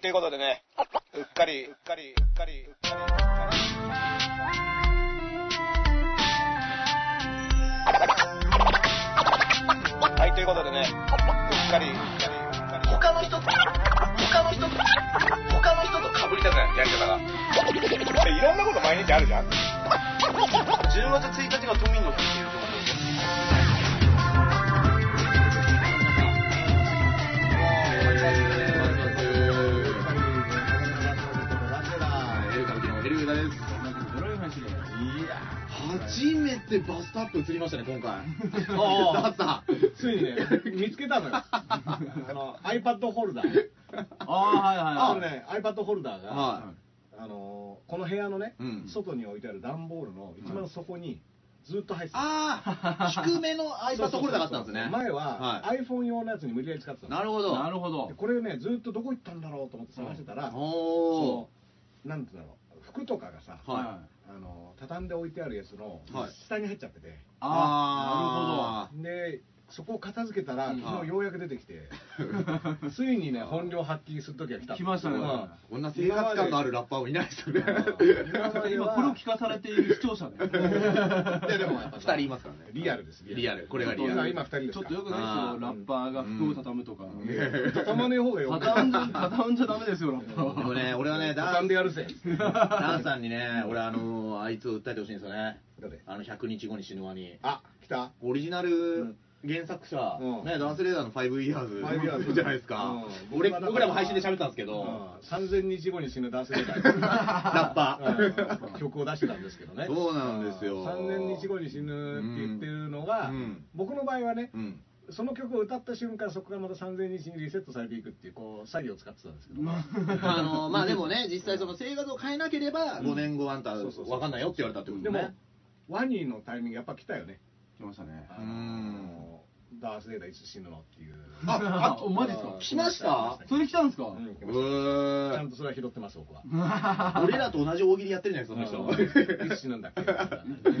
ということでね、うっかり、うっかり、うっかり、うっかり、うっかり。はい、ということでね、うっかり、うっかり、うっかり。他の人と、他の人と、他の人と被りたくない、やり方が。いろんなこと毎日あるじゃん。 10月1日が都民の日っていうところで。初めてバスタップ映りましたね、今回。あだっついにね、見つけたのよ。あの、iPad ホルダー。ああーのね、iPad ホルダーた。が、はあのーこの部屋のね、うん外に置いてある段ボールの一番底にずっと入い。ってた。ああ、低めの iPad ホルダーがあったんですね。前は、は iPhone 用のやつに無理やり使ってたい。のなるほど。なるほどで。これね、ずっとどこ行ったんだろうと思って探してたら、おそのなんてうんだろう、服とかがさ、ー。はい。あのー畳んで置いてあるやつのはい下に入っちゃってて、ああで、そこを片付けたら、うん昨日ようやく出てきて、ついにね、本領発揮する時が来たの。来ましたねうんーこんな生活感のあるラッパーもいないですよね。なるほど。今これを聞かされている視聴者ね。いやでも、2人いますからね。リアルです、リアル。これがリア今ル。今二人ですちょかっとよくないですあーよ、ラッパーが服を畳むとか。畳まねえ方 がよく畳んじゃ、畳んじゃダメですよ、ラッパーでもは。ね、俺はね、ダ畳んンでやるぜダンさんにね、俺、あの、あいつを訴えてほしいんですよね。どれあの、100日後に死ぬワニ。あ来たオリジナル原作者、うんね、ダンスレーダーの5 years, 5 years じゃないですか、うん俺僕はだから僕らも配信で喋ったんですけうど、ん3000日後に死ぬ男性がラッパー、うん曲を出してたんですけど ねそうなんですよ3000日後に死ぬって言ってるのが、うん僕の場合はねうん、その曲を歌った瞬間そこがまた3000日にリセットされていくっていうこう作業を使ってたんですけど、あのまあでもね実際その生活を変えなければ5年後あんたそうそうそう分かんないよって言われたってことでねも、ワニーのタイミングやっぱ来たよね来ましたね。あのダース・デーダーいつ死ぬのっていうあ、おマジですかあー来ましたそれ来たんですかうん来うましーたちゃんとそれは拾ってます僕は俺らと同じ大喜利やってるじゃないですかその人うんいつ死ぬんだ っけ、うん大丈夫大丈夫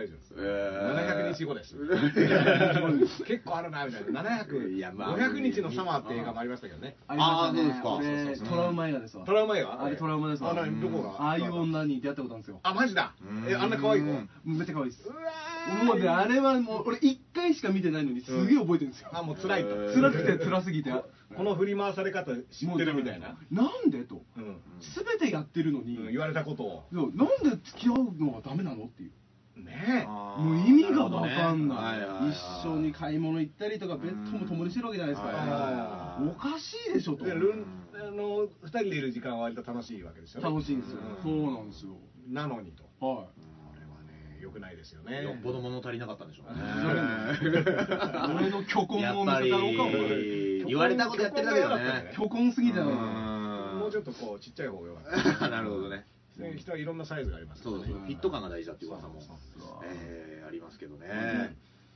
です、 えー700日後です 結構あるなみたいな700いやまあ500日のサマーって映画もありましたけどねありましたねあーそうですこれかそうそうそうトラウマ映画ですわト。ラウマ映画あれトラウマですわ。あ何どこがああいう女に出会ったことあるんですよ。あマジだうんえあんな可愛い子ううんわめっちゃ可愛いです。ーもうね、あれはもう、俺一回しか見てないのに、すげえ覚えてるんですよ。あもう辛いと辛くて辛すぎて。 この振り回され方知ってるみたいなもう。なんでと。うんすべてやってるのに、うん言われたことをそうなんで付き合うのはダメなのっていう。ねもう意味がわかんあなーいるほどね一緒に買い物行ったりとか、ベッドも共にしてるわけじゃないですはいか。はいはいおかしいでしょえと。でルンあの2人でいる時間は割と楽しいわけですよね楽しいんですよ。そうなんですよ。なのにとはこれはね良くないですよねよっぽど物足りなかったんでしょうね い。俺の虚婚やをっ見ぱせたろうか、俺。り言われたことやってるだけだね虚婚す ぎたよね。もうちょっととこうちっちゃい方が良かった なるほどねね人はいろんなサイズがありますかそらうですねフィット感が大事だっていう噂もそうそうそうえーありますけどね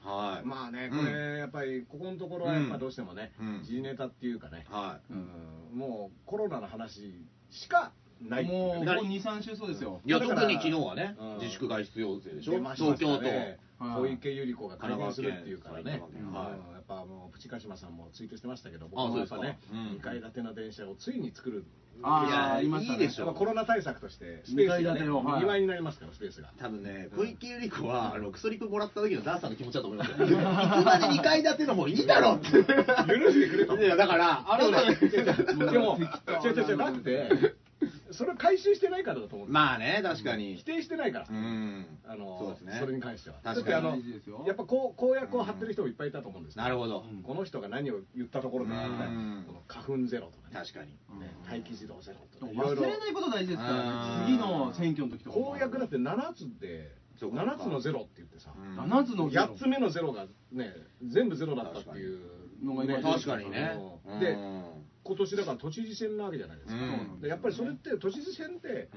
はいまあねこれやっぱりここのところはやっぱどうしてもねうん時事ネタっていうかねはうんもうコロナの話しかないっていもう、ここね2、3週そうですよ。いいやだ特からに昨日はねうん自粛外出要請でしょ出ました東京都ねはい小池百合子が会見するっていうからね神、うん奈川県埼玉県はいやっぱもうプチカシマさんもツイートしてましたけど、あ僕もやっぱねそうです、かうん2階建ての電車をついに作る、いあやあ、ありましたね。いいでしょやっぱコロナ対策として、スペースが、二階建ね、てをはいにぎわいになりますから、スペースが。多分ね小池百合子はあのクソリプもらった時のダーさんの気持ちだと思いますよいつまで2階建ての方いいだろって許してくれと。いやだからあれはねでも、違う違う違う、だって、それを回収してないからだと思う、まあね確かに否定してないから、うんあのそうですねれに関しては。確だかっにて大事あですよのやっぱこう公約を張ってる人もいっぱいいたと思うんですよなるほどうんこの人が何を言ったところから、うんこの花粉ゼロとかね、確かにね待機児童ゼロとか、いろ忘いろれないこと大事ですからうね次んの選挙の時とかも公約だって7つで、そうか7つのゼロって言ってさ、 7つの8つ目のゼロがね、全部ゼロだったっていう確かにのが今確かにねうんでで、今年だから都知事選なわけじゃないですか。うんでやっぱりそれって都知事選って、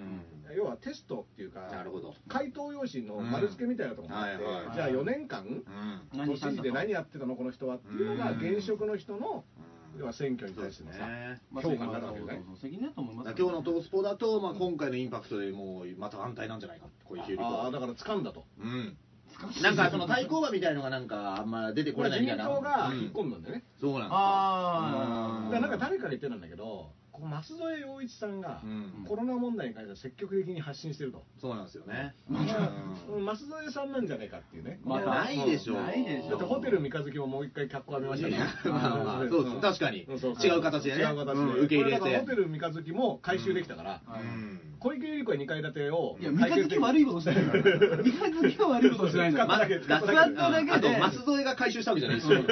要はテストっていうか、なるほど回答用紙の丸付けみたいなところがあって、うんはいはいじゃあ4年間、うん都知事で何やってたの、この人はっていうのが、うん現職の人のうん要は選挙にそう対でしすてのさ、ねまあ評価になるわけそねうそうそう責任だと思いまだすからよ今日のトースポだと、まあ、今回のインパクトでもうまた安泰なんじゃないかってこういう比率ああはだから掴んだと、うんなんかその対抗馬みたいのがなんかあんま出てここれれない自みた民いな党がうん引っ込んだんだよね、そうなんですよあうだんからなんか誰かが言ってたんだけど、こう舛添洋一さんがうんコロナ問題に関しては積極的に発信してると、そうなんですよね。うん舛添さんなんじゃないかっていうね、またないでしょ。ないでしょだってホテル三日月ももう一回脚光浴びましたいねや まあまあそうです確かにんそ違う形でね違う形で、うん受け入れてこだからホテル三日月も回収できたから、はういん小池百合子は2階建てをいや、三日月悪いことしてないから。三日月は悪いことしてないんだまかあ、ら。脱使っただけであと、舛添が回収したわけじゃないですよ。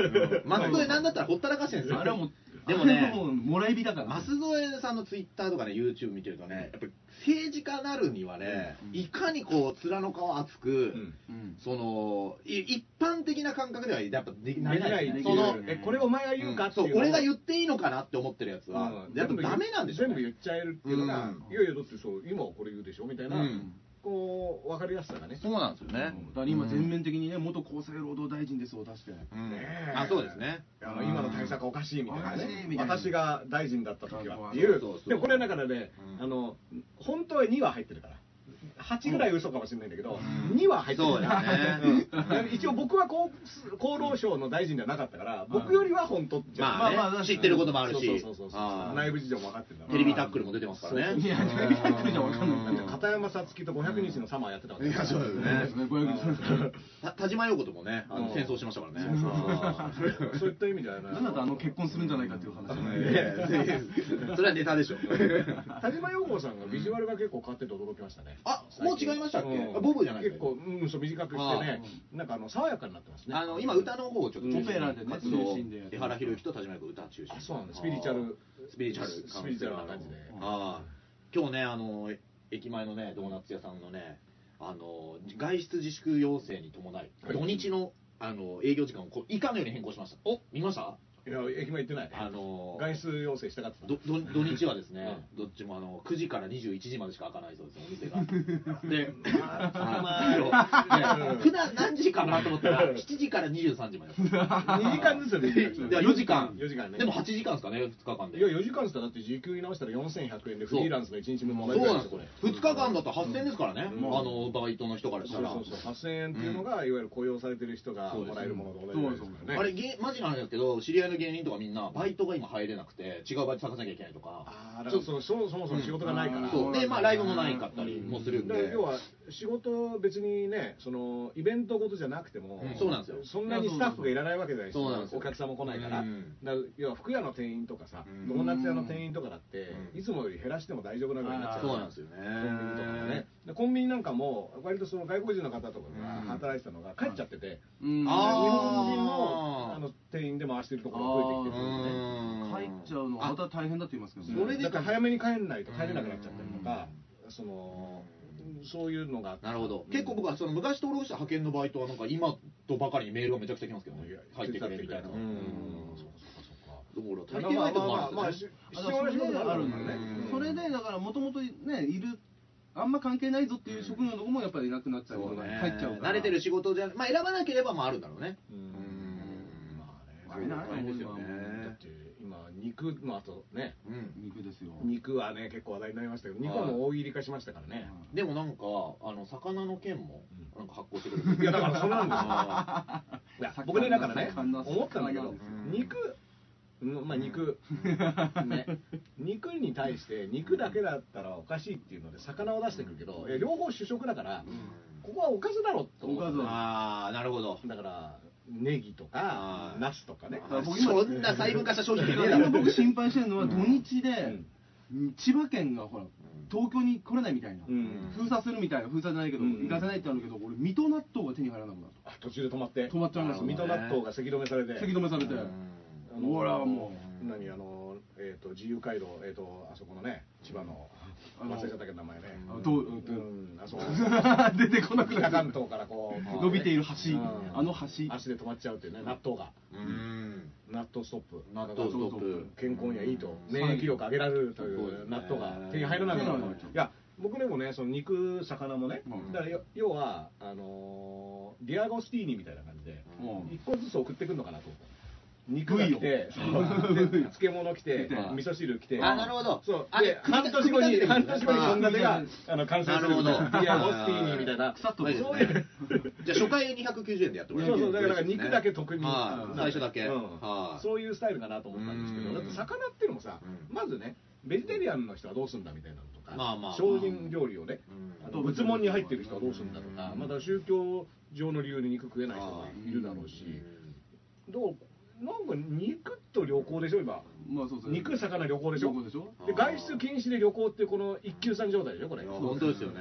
舛添なんだったらほったらかしてるんですよ。あれはもう、でもねあれはもうもらい火だから。舛添さんのツイッターとかね、YouTube 見てるとね、やっぱり政治家なるにはね、うんいかにこう、面の皮厚く、うんそのい一般的な感覚ではやっぱできなないりないできそなのいえこれお前が言うかっていうう、んそう俺が言っていいのかなって思ってるやつは、うんやっぱダメなんでしょう全ね部言っちゃえるっていうのが、うんいやいやだってそう今はこれ言うでしょみたいな、うんこう分かりやすさがねそうなんですよね、だから今全面的にね、元厚生労働大臣ですを出して。うんねえあそうですねいや今の対策おかしいみたいなおかしねいみたいな私が大臣だった時はっていうそうそうそうでもこれだからね、うんあの本当は2は入ってるから8ぐらい嘘かもしれないんだけど、2は入ってるそうかでらすね、いや 一応僕は厚厚労省の大臣ではなかったから僕よりは本当じゃんまあねまあまあ知ってることもあるしそうそうそうそうあー内部事情も分かってるんだろうテレビタックルも出てますからねいや、テレビタックルじゃわかんないうん片山さつきと500日のサマーやってたわけいやそうですねね。500円ですねた田島陽子ともねあうのん戦争しましたからねそうそうそうそういった意味ではねなんだとあの結婚するんじゃないかっていう話あーね。 いやいやいやそれはネタでしょ田島陽子さんがビジュアルが結構変わってて驚きましたね。あもう違いましたっけうんあボブじゃない結構、うん、そう短くしてね、なんかあの爽やかになってますね。あの今歌の方をちょっと中心にオペラでね活動中心でやって江原宏之と田島陽子歌中心あそうなんだスピリチュアルスピリチュアルスピリチュアルな感じでああ今日ねあの駅前のねドーナツ屋さんのねあの外出自粛要請に伴いはい土日のあの営業時間をこう以下のように変更しましたお見ましたいや駅前行ってない。あの外出要請したかった。どど土日はですね、どっちもあの9時から21時までしか開かないそうです、お店が。 で、はいね普段何時かなと思ったら、7時から23時までです。二時間ずつでいいや4時間4時間ね。でも8時間ですかね、2日間で。いや4時間したらだって時給に直したら4100円でフリーランスの1日分もそらうえるなんですよ、2日間だと8000円ですからね、うんあのバイトの人からしそたうら。そうそう8000円っていうのが、いわゆる雇用されてる人がもらえるものと同じぐらいですからね。あれげマジなんですけど知り合いの芸人とかみんなバイトが今入れなくて違うバイト探さなきゃいけないとかああだからそのそもそも仕事がないから、うんそうでまあライブもないかったりもするんだからで要は仕事別にねそのイベントごとじゃなくても、うんそうなんですよそんなにスタッフがいらないわけじゃないそうなんですよお客さんも来ないから,、うんだから要は服屋の店員とかさ、うんドーナツ屋の店員とかだって、うんいつもより減らしても大丈夫なぐらいになっちゃうそうなんですよよねコンビニとかもねでコンビニなんかも割とその外国人の方とかが働いてたのが帰っちゃってて、うん日あ本人あのーあの店員で回してるところが増えてきてるんでね帰っちゃうのまた大変だって言いますけどそれでだから早めに帰んないと帰れなくなっちゃったりとか、そのそういうのがあってなるほど、結構僕はその昔登録した派遣のバイトはなんか今とばかりにメールがめちゃくちゃ来ますけどねいや入ってくれみたいなううんんそうかそうかだから足りそうかてないとこもあまあるまあまあんです必よね要な仕事がああるるんんだだよよねねうんそれでだからもともとねいるあんま関係ないぞっていう職業のとこもやっぱりいなくなっちゃうそとうかね入っちゃうから慣れてる仕事じゃまあ選ばなければまああるんだろうねうんまああれねな大変ですよねだって今肉の後ねうん肉ですよ肉はね結構話題になりましたけど肉はもう大入り化しましたからねでもなんかあの魚の件もうんなんか発行してくれる いやだからそう なんですよあいや僕ねだからね魚思ったんだけど魚肉うんまあ肉ね肉に対して肉だけだったらおかしいっていうので魚を出してくるけどいや両方主食だからここはおかずだろと思っておかずーあーなるほどだからネギとかあーナスとかねあー僕今そんな細分化した商品じゃねえだ今ろ僕心配してるのは土日うでん千葉県がほら東京に来れないみたいなうん封鎖するみたいな封鎖じゃないけどうん行かせないってあるけど俺水戸納豆が手に入らなくなっあ途中で止まってた止まっちゃうんですよ水戸納豆がせき止めされてせき止めされてうんあのほらも何あのえっ、と自由回廊えっ、とあそこのね千葉のあの忘れちゃったけど名前ねあどううんうどうんあそこ 出てこなくな北っちゃ関う東からこう伸びている橋うんあの橋足で止まっちゃうっていうね納豆がうん納豆ストップ納豆ストップ健康にはいいとうん免疫力上げられるといそうですうね納豆が手に入らなくなるうんいや僕でもねその肉魚もね、うんだからよ要はあのーディアゴスティーニみたいな感じでうん一個ずつ送ってくるのかなと思っ肉が来て、そうで漬物来て来て、味噌汁来て、あなるほどそうあで組み半年後に、組み半立てて年る後にんだ献立があの完成するみたいなるほどいや、モスティーニみたいな。腐っとまあるいいですそうねじゃあ初回290円でやってもそらうえるそうだから肉だけ特にはい最初だけうんはいそういうスタイルかなと思ったんですけうどんだって魚っていうのもさうんまずねベジタリアンの人はどうするんだみたいなのとかまあまあ精進料理をねうんあと仏門に入ってる人はどうするんだとかうんまた宗教上の理由で肉食えない人もいるだろうしだからなんか肉と旅行でしょ今まあそうそう肉魚旅行でしょ旅行でしょで外出禁止で旅行ってこの一級さん状態でしょこれいやね本当ですよね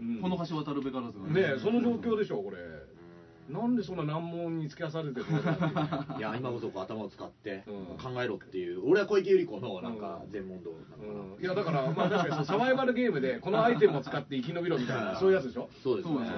うんこの橋渡るべからずなんでえその状況でしょこうれんなんでそんな難問に突き出されてるのかいや今こそこう頭を使ってうん考えろっていう俺は小池百合子のなんかうん全問答なのかなうんいやだから、まあ、確かにサバイバルゲームでこのアイテムを使って生き延びろみたい なそういうやつでしょそうですそうねね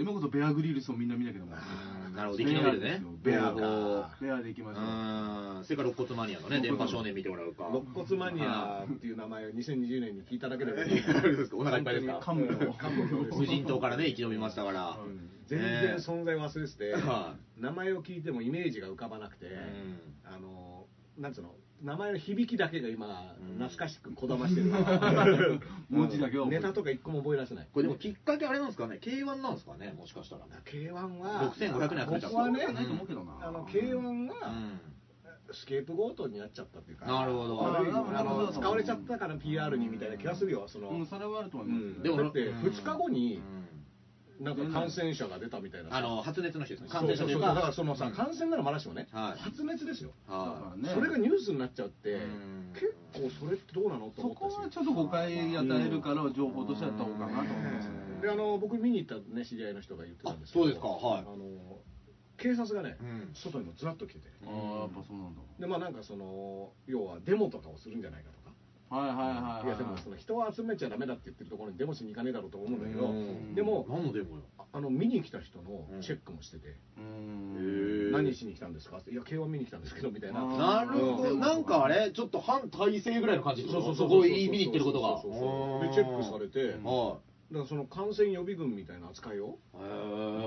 今こそベアグリルスをみんな見なきゃだもんうんなるほど生き延びるねベアうですよベアで行きましょうんそれから肋骨マニアのね電波少年見てもらうか肋骨マニアっていう名前を2020年に聞いただけでもあれですかお 腹いっぱいですか感無量無人島からね生き延びましたから、うん全然存在忘れてて、は名前を聞いてもイメージが浮かばなくて、んあのなんつうの名前の響きだけが今、うん懐かしくこだま してる文字だけは覚えネてるタとか一個も覚え出せないこれでもきっかけあれなんですかね K1 なんですかねもしかしたら K1 は6500年ここはねそうじゃないと思うけどなあの K1 が、うんスケープゴートになっちゃったっていうかなるほど悪いあーあなるほのど使われちゃったから PR にみたいな気がするよその、うんそれはあると思いますうんねででももだってうん2日後うにんなんか感染者が出たみたいなさあの発熱の人ですね感そう染そ者というそううだかからそのさ、うん感染ならまだしもね、はい発熱ですよ、はねそれがニュースになっちゃって、うん結構それってどうなのとそ思ったこんですはよちょっと誤解与えるから情報としてはどうかなと思いますねうんであの僕見に行ったね知り合いの人が言ってたんですけどあそうですかはいあの警察がね、うん外にもずらっと来ててああやっぱそうなんだでまあなんかその要はデモとかをするんじゃないかとかはいはいはいはいいやでもその人を集めちゃダメだって言ってるところにデモしに行かねえだろうと思うんだけうどんでも何のデモよああの見に来た人のチェックもしててうへん「ー何しに来たんですか?」って「いや K−1 見に来たんですけど」みたいあなーなるほどなんかあれちょっと反体制ぐらいの感じですよこい見に行ってることがそうそうそうでチェックされてだかはらその感染予備軍みたいな扱いをいへ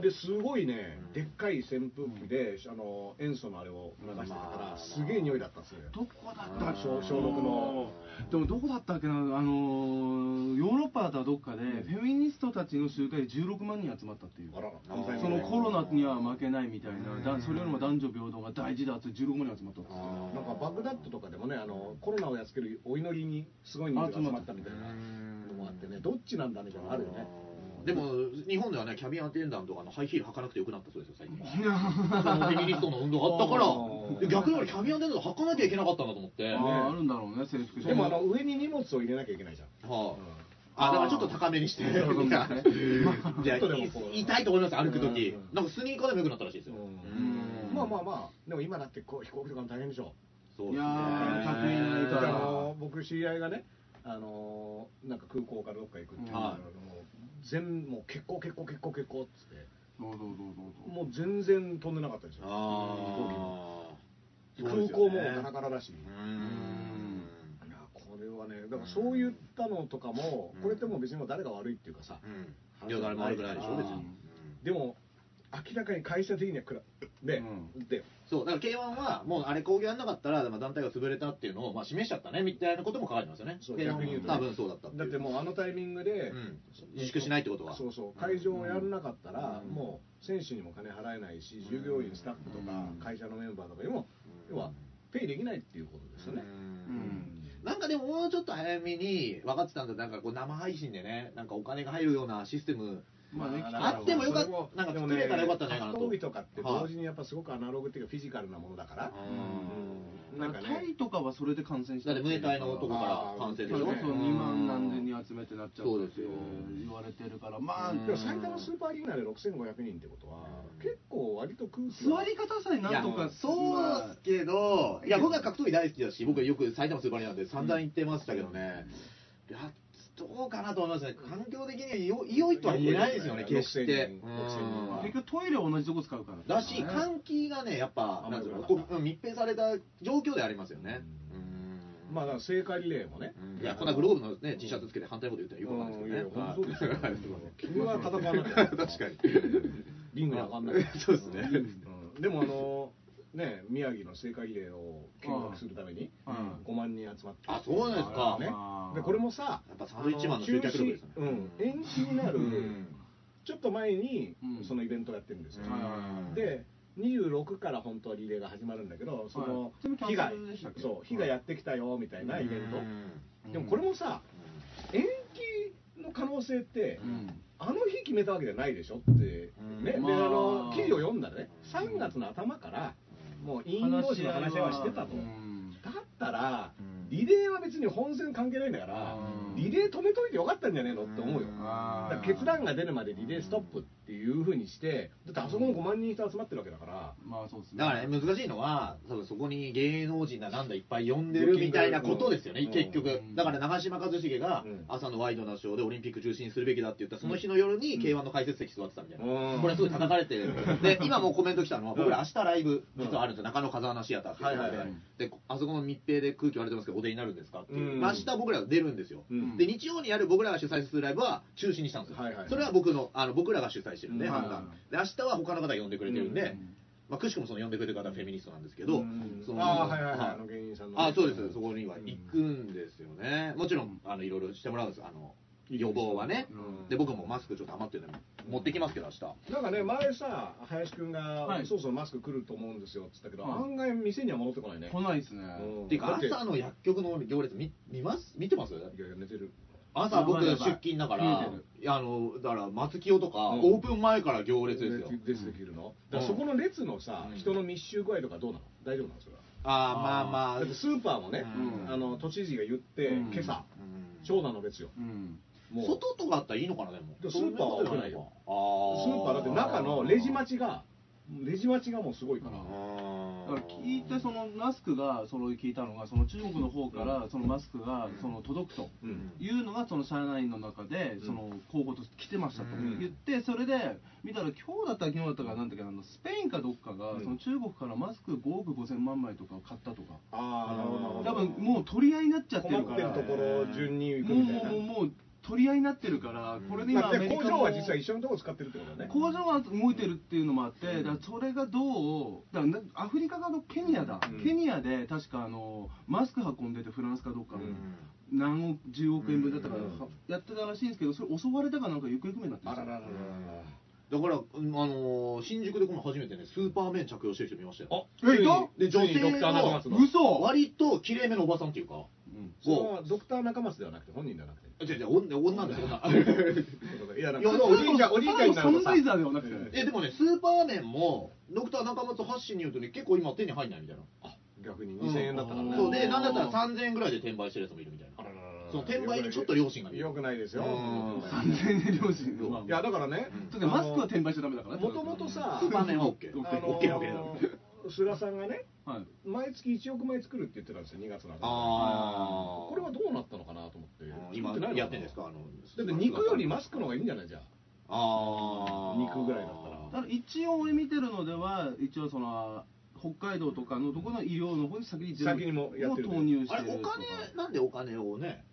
ーですごいねうんでっかい扇風機であの塩素のあれを流してたかまあらすげえ匂いだったんですよどこだったっけ小小六のでもどこだったっけなあのーヨーロッパだったらどっかでフェミニストたちの集会で16万人集まったっていうあららあーそのコロナには負けないみたいうんなだそれよりも男女平等が大事だって16万人集まったってあーなんかバグダッドとかでもねあのコロナをやっつけるお祈りにすごい人数が集まったみたいなのもあってねどっちなんだみたいなのあるよねでも日本ではねキャビンアテンダントがあのハイヒール履かなくてよくなったそうですよ最近そのフェミニストの運動があったかあーらで逆に俺キャビンアテンダント履かなきゃいけなかったんだと思ってあ はーあるんだろうね制服でもあの上に荷物を入れなきゃいけないじゃんああだからちょっと高めにしてそうそうい やじゃあちょっとでもこうい痛いと思います歩く時うんなんかスニーカーでもよくなったらしいですようんうんまあまあまあでも今だってこう飛行機とかも大変でしょそういやー客いないだかだかららあの僕知り合いがねあのーなんか空港からどっか行くっていうのはもう全もう結構結構結構結構っつってどうぞどうぞどうぞもう全然飛んでなかったですよあー空港もそうですよねガラガラだしうーんいやこれはねだからそういったのとかもうんこれってもう別にもう誰が悪いっていうかさうんいや誰も悪くないでしょ別にあーうんでも明らかに会社的にはくらで、うでそうだから K1 はもうあれ興行やんなかったらまあ団体が潰れたっていうのをまあ示しちゃったねみたいなことも書かれてますよねそう K1 逆に言うとね多分そうだっただってもうあのタイミングで、うん自粛しないってことはそうそう会場をやらなかったら、うんもう選手にも金払えないし従業員スタッフとかうん会社のメンバーとかにもうん要はペイできないっていうことですよね、ううんんなんかでももうちょっと早めに分かってたんだなんかこう生配信でねなんかお金が入るようなシステムまあねだ来かたららあってもよかっそれもなんかでも作れたらよかったんじゃないかなと格闘技とかって同時にやっぱすごくアナログっていうかフィジカルなものだから、うなんかタイねとかはそれで感染しただってムエタイいの男から完成でしそれょこねそ2万何千人集めてなっちゃそううっですてよ言われてるからまあうんでも最多のスーパーアリーナで6500人ってことは、うん結構割と空気座り方さえなんといかやそうですけど、いや、僕は格闘技大好きだし、僕はよく埼玉スーパーアリーナで散々行ってましたけどね、いや、どうかなと思いますね、環境的によ良いとは言えないですよね、決して。 6000人6000人は結局トイレは同じとこ使うからだし、ね換気がね、やっぱ、なんていうのこううん密閉された状況ではありますよね。うんまあだから聖火リレーもね、いや、こんなグローブのね、T シャツつけて反対のこと言ったらよくわかんないですけどね。はいすいません君は戦わなきゃ 確かに。リングに上がんない、そうですね。うんでもあのね、宮城の聖火リレーを見学するためにうん5万人集まって、あそうなんですかねあーでこれもさやっぱサンドイッチマンの集客力ですね中止うん、延期になる、ちょっと前にうんそのイベントをやってるんですよ、うんで26から本当はリレーが始まるんだけどそのはい火が、キャンセルでしたっけそう火がやってきたよみたいなイベント、うんでもこれもさ延期の可能性って、うんあの日決めたわけじゃないでしょって、うんね、までああの記事を読んだらね3月の頭からもう委員同士の話し合いはしてたうと、んだったら、うんリレーは別に本戦関係ないんだから、うんリレー止めといてよかったんじゃねえのって思うよ、うんあだからー決断が出るまでリレーストップっていうふうにしてだってあそこも5万人人集まってるわけだから、まあそうですねだからね、難しいのは、多分そこに芸能人だなんだいっぱい呼んでるみたいなことですよね、うん結局うん。だから長嶋一茂がうん朝のワイドなショーでオリンピック中止にするべきだって言った、その日の夜に K1 の解説席座ってたみたいな。うんこれすごい叩かれてる。で、今もうコメント来たのは、うん僕ら明日ライブ、実はあるんですよ、中野風穴シアターっていうところはいはいはいで。で、あそこの密閉で空気割れてますけど、お出になるんですかっていう。うん明日僕ら出るんですよ。うんで、日曜にやる僕らが主催するライブは中止にしたんですよはいはい。それは僕の、あの、僕らが主催してるんで、うん判断。で、明日は他の方呼んでくれてるんで、うんまあ、くしくもその呼んでくれてる方はフェミニストなんですけど、うんそのあーはいはいはいあの芸人さんのねあそうですそこには行くんですよね、もちろんあのいろいろしてもらうんですあの予防はね、うんで僕もマスクちょっと余ってるんで持ってきますけど明日なんかね前さ林くんが、はいそろそろマスク来ると思うんですよ」って言ったけど、はい案外店には戻ってこないね来ないですねうんっていうだかって朝の薬局の行列見見ます見てますいやいや寝てる朝僕やば出いやばい勤だから見えてるいやあのだから松清とか、うんオープン前から行列ですよ、列列できるの、だからそこの列のさ、うん人の密集具合とかどうなの大丈夫なのそれはあーまあまあだってスーパーもね、うんあの都知事が言って、うん今朝うん長蛇の列ようんもう外とかあったらいいのかなでもでもスーパーは良くないよあスーパーだって中のレジ待ちがレジ待ちがもうすごいから、だから聞いてそのマスクがその聞いたのがその中国の方からそのマスクがその届くとうんいうのがその社内の中でその候補として来てましたとうん言ってそれで見たら今日だったら昨日だったかなんだっけあのスペインかどっかうがんその中国からマスク5億5000万枚とかを買ったとかああなるほどなるほど多分もう取り合いになっちゃって困るかってるらところを順に行くもうもみたいうなもうもう取り合いになってるからこれで今だっアてメリ工カ場はも実は一緒のところ使ってるってことだね工場が動いてるっていうのもあって、だからそれがどう、だからなアフリカ側のケニアだ、うんケニアで確かあのマスク運んでて、フランスかどっか、うん何億、10億円分だったから、うんやってたらしいんですけど、それ、襲われたかなんか行方不明になってあまらすらららだから、うんあのー新宿で今初めてね、スーパーメン着用してる人見ましたよ。えいたで、女性ドクター中の松、の嘘割と綺麗めのおばさんっていうか、うんそれはドクター中松ではなくて本人ではなくて違う違う、女女 ですよ、女。いやなんいやかおじいちゃんおじいちゃんになるとさサンバイザーではなくてねえ、でもね、スーパーメンも、ドクター中松発信によるとね、結構今手に入んないみたいな。逆に2000円だったからねそうで、なんだったら3000円ぐらいで転売してるやつもいるみたいな。その転売にちょっと良心がよくないですようん3000円両親うんいやだからねうんちょっとマスクは転売しちゃダメだからねもともとさスーパーメンは OK。 OK あの OK なわけだろ。菅さんがねはい、毎月1億枚作るって言ってたんですよ2月の頭あー。これはどうなったのかなと思ってうん作てない今のやってんですかあの、だって肉よりマスクの方がいいんじゃないじゃああー肉ぐらいだったらただ一応俺見てるのでは、一応その、北海道とかのところの医療の方に先に全部先にもやってる投入してあれるおとか金なんでお金をね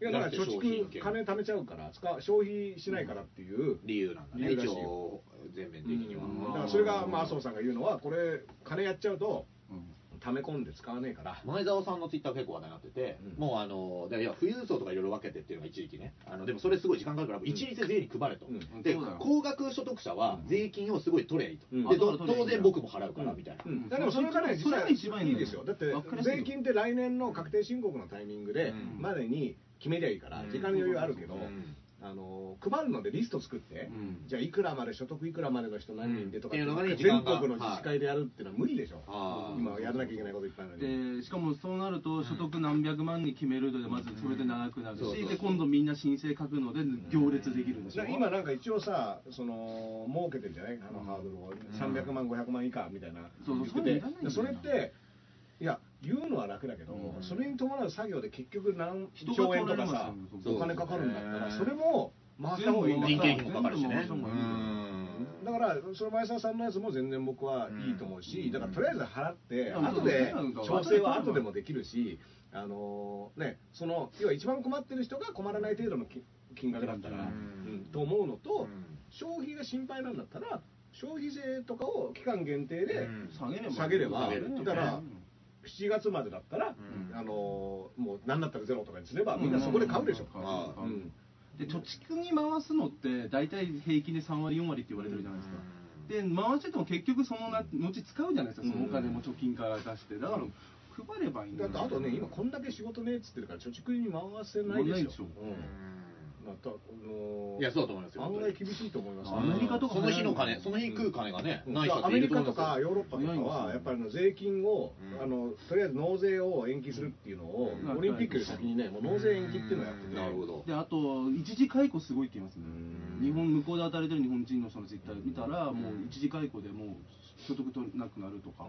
いやだから出して貯商品蓄金貯めちゃうから使う消費しないからっていう、理由なんだね理由らし一い応全面的には、うんだからそれが、まあ、麻生さんが言うのはこれ金やっちゃうとうん貯め込んで使わねえから前澤さんのツイッター結構話題になってて、うんもうあのでいや富裕層とかいろいろ分けてっていうのが一時期ねあのでもそれすごい時間かかるから、一律税に配れと、うんでそうだよ高額所得者は税金をすごい取れいいと、うんであだどから取れいい当んだ然僕も払うからみたいな、うんだからそれがねそ実れが一は番いいいんだいよですよだってわかりやすいよ税金って来年の確定申告のタイミングでうんまでに決めりゃいいからうん時間に余裕あるけど、うんあの配るのでリスト作って、うんじゃあいくらまで所得いくらまでの人何人でとかって、うんっていうのがね全時間が国の自治会でやるっていうのは無理でしょ、あー今やらなきゃいけないこといっぱいあるのに。でしかもそうなると所得何百万に決めるのでまずそれで長くなるし、そうそうそうで今度みんな申請書くので行列できるんでしょ、な今なんか一応さその儲けてるじゃないあのうんハードルを300万500万以下みたいなそうそう言っててそういうのいらないんだよなそれっていや言うのは楽だけど、うんそれに伴う作業で結局何人が兆円取とかさられますよお金かかるんだったらそうそれも回した方がいいんだ人か件ら費もかかるしね全部回した方がいいうんだからその前澤さんのやつも全然僕はいいと思うし、うんだからとりあえず払って、うん後でうん調整は後でもできるし、あのね、その要は一番困ってる人が困らない程度の金金額だったら、うんうんと思うのと、うん消費が心配なんだったら消費税とかを期間限定でうん下げれば下げれば下げるだからうん7月までだったら、うんあのもう何だったらゼロとかにすればみんなそこで買うでしょ、うんああうんで貯蓄に回すのって大体平均で3割4割って言われてるじゃないですか、で回してても結局そのな後使うじゃないですかそのお金も貯金から出してだから配ればいいんだだってあとね今こんだけ仕事ねっつってるから貯蓄に回せな回いんないででししょょうんまたあのーいや、そうだと思いますよ。案本当外に厳しいと思いますアメリカとかその日の金、うんその日食う金がね、ない人だアっていメるリと思カいますとよかヨーロッパとかはやっぱりあの税金を、うんあのとりあえず納税を延期するっていうのを、うんオリンピックより先にねもう納税延期っていうのをやってて、うんなるほど。であと一時解雇すごいって言いますねうん日本向こうで働いてる日本人の人のツイッター見たらもう一時解雇でもう所得取れなくなるとか、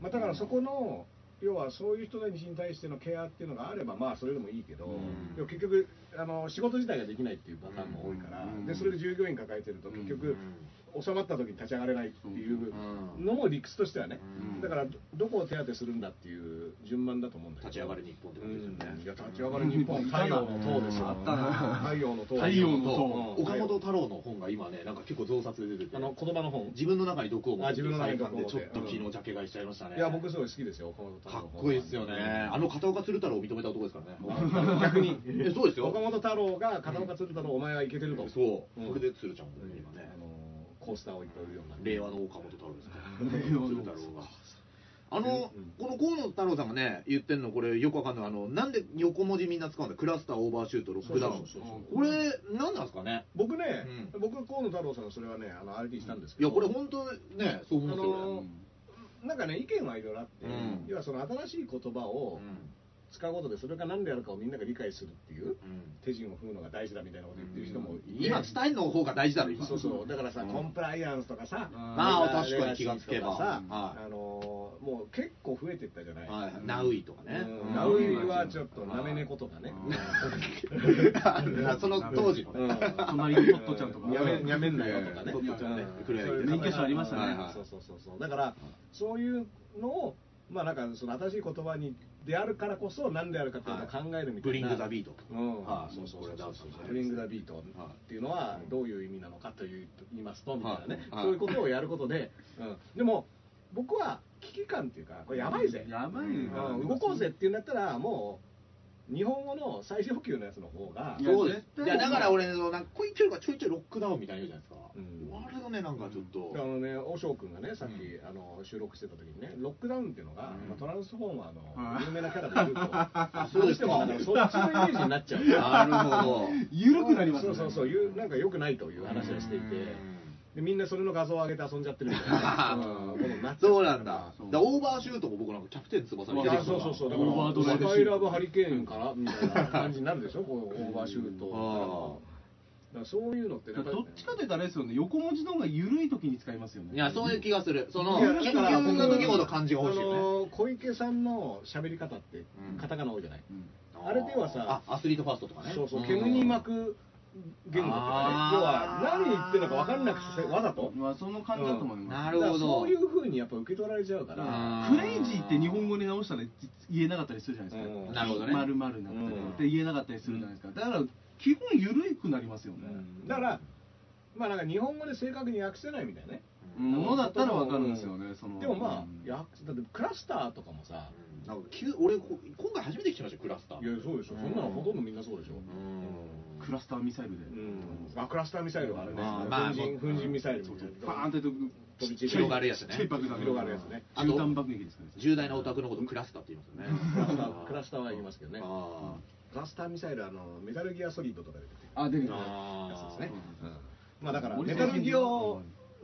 まあ、だからそこの要はそういう人たちに対してのケアっていうのがあればまあそれでもいいけど、んでも結局あの仕事自体ができないっていうパターンも多いから、うんでそれで従業員抱えてると結局、収まった時に立ち上がれないっていうのも理屈としてはね、うんだからどどこを手当てするんだっていう順番だと思うんだけど立ち上がる日本ってことですようんねい。や立ち上がる日本太陽の塔ですよあったな太陽の塔太陽の塔うん岡本太郎の本が今ね、なんか結構増刷で出てて、あの言葉の本自分の中に毒を持ってあ自分の中に毒を持ってちょっと昨日ジャケ買いしちゃいましたね。いや僕すごい好きですよ岡本太郎かのっ本こいいですよね。あの片岡鶴太郎を認めた男ですからね。逆にえそうですよ岡本太郎が片岡鶴太郎お前はいけてるとそう、うんそれで鶴ちゃんもね、今あね、のコースターをいっぱい売るようになって令和の岡本太郎ですから、令和の鶴太郎が。あの、この河野太郎さんがね、言ってんの、これ、よくわかんない、あの、なんで横文字みんな使うんだ、クラスター、オーバーシュート、ロッそうクダそうウン。そうそうこれ、なんなんですかね。僕ね僕河野太郎さんのそれはねあの RT したんですいけどや、これ、本当ね、そう思うんですよ、あのー俺なんかね意見はいろいろあってうん要はその新しい言葉を使うことでそれが何であるかをみんなが理解するっていううんうん手順を踏むのが大事だみたいなこと言ってる人もいる今、伝えるの方が大事だろ、今。そうそうだからさうんコンプライアンスとかさああ確かに気がつけばレガシーとかさはいあのーもう結構増えてったじゃないはい、ナウイとかね。うんんナウイはちょっとなめ猫とかね。あ その当時のね。隣のトットちゃんとかやめ、やめんなよとかね。トットちゃんねうウクレレそういう免許証ありましたねはいはいそうそうそうそう。だから、そういうのを、まあ、なんか、その新しい言葉に、であるからこそ、何であるかっていうのを考えるみたブいリな。ング・ザ・ビート。うん、はいそうそうこそれうダンスの話ブリング・ザ・ビートっていうのはどういう意味なのかという言いますとみたいなね、はいそういうことをやることで、うん、でも僕は危機感っていうかこれやばいぜ、やばいねうん動こうぜっていうんだったらもう日本語の最上級のやつの方がいやそうです。い絶対や、だから俺、なんか、こう言ってるからちょいちょいロックダウンみたいな言うじゃないですうんか。あれがね、なんかちょっと。あのね、和尚君がね、さっき、うあの収録してた時にね、ロックダウンっていうのが、うんまあ、トランスフォーマーうのん有名なキャラで言うと、あそうどうでしすてかもなんかそっちのイメージになっちゃう。なるほど。緩くなりますそねうそうそう、いうなんか良くないという 話をしていて、でみんなそれの画像を上げて遊んじゃってるみたいな、うんことになっちゃそうなんだ。そうだからオーバーシュートも僕なんかキャプテン翼いに出てやきたそうらそうそう、だかオーバードラら、イスブシュートカイラブハリケーンかなみたいな感じになるでしょ、このオーバーシュ ートだから。だからそういうのってだなんかからどっちかというとあれですよね横文字の方が緩い時に使いますよねいや、そういう気がする。その、いやだ緊から急の時ほど感じが欲しいあよね。のー小池さんの喋り方ってうんカタカナ多いじゃない、うんあれではさあアスリートファーストとかね。そうそううん煙に巻く言語とかねあー要は何言ってるのか分かんなくしてわざとまあその感じだと思いますなるほだからど。そういうふうにやっぱ受け取られちゃうから、あクレイジーって日本語に直したら言えなかったりするじゃないですか、うんなるほどね丸々なってうんって言えなかったりするじゃないですか、だから基本緩くなりますよね、うんだからまあなんか日本語で正確に訳せないみたいなねうんものだったらわかるんですよねそのでもまあ、うん訳せだってクラスターとかもさ、なんか急俺こ今回初めて聞きましたよクラスター。いやそうでしょ、そんなのほとんどみんなそうでしょ、うんクラスターミサイルで、うんあクラスターミサイルはあれね、まあ粉まあ塵粉塵ミサイルみたいなバーンってと飛び散る広がるやつねちっちゃい爆弾広がるやつねあと中間爆撃ですかね重大なオタクのことクラスターって言いますよね。クラスタークラスターは言いますけどねあクラスターミサイルあのメタルギアソリッドとかで出てるあ出てーきたあやー。つですねまあだから俺メタルギア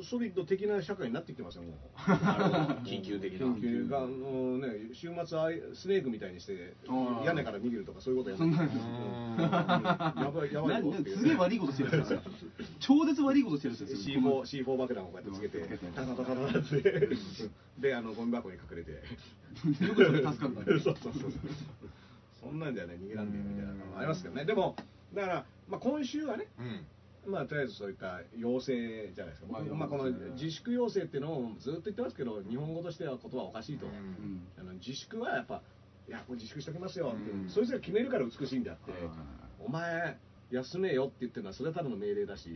ソリッド的な社会になってきてますよもうなるほど緊急的な。緊急があのね週末ああいうスネークみたいにしてあー屋根から逃げるとかそういうことやそんなうんんですやばいやばい何よ何すげえ悪いことしてるやつですよ超絶悪いことしてるやつですよ C4, C4 爆弾をこうやってつけて、タタタタタって、で、あのゴミ箱に隠れて、よくそれ助かるから そうそうそうそんなんじゃね逃げらんねえみたいなのもありますけどねでもだから、まあ、今週はねうんまあとりあえずそういった要請じゃないですか、僕まあまあ、この要請自粛要請っていうのをずっと言ってますけど日本語としては言葉はおかしいと、うんあの自粛はやっぱいやこれ自粛しておきますよって、うんそれぞれ決めるから美しいんだってあお前休めよって言ってるのはそれはただの命令だし、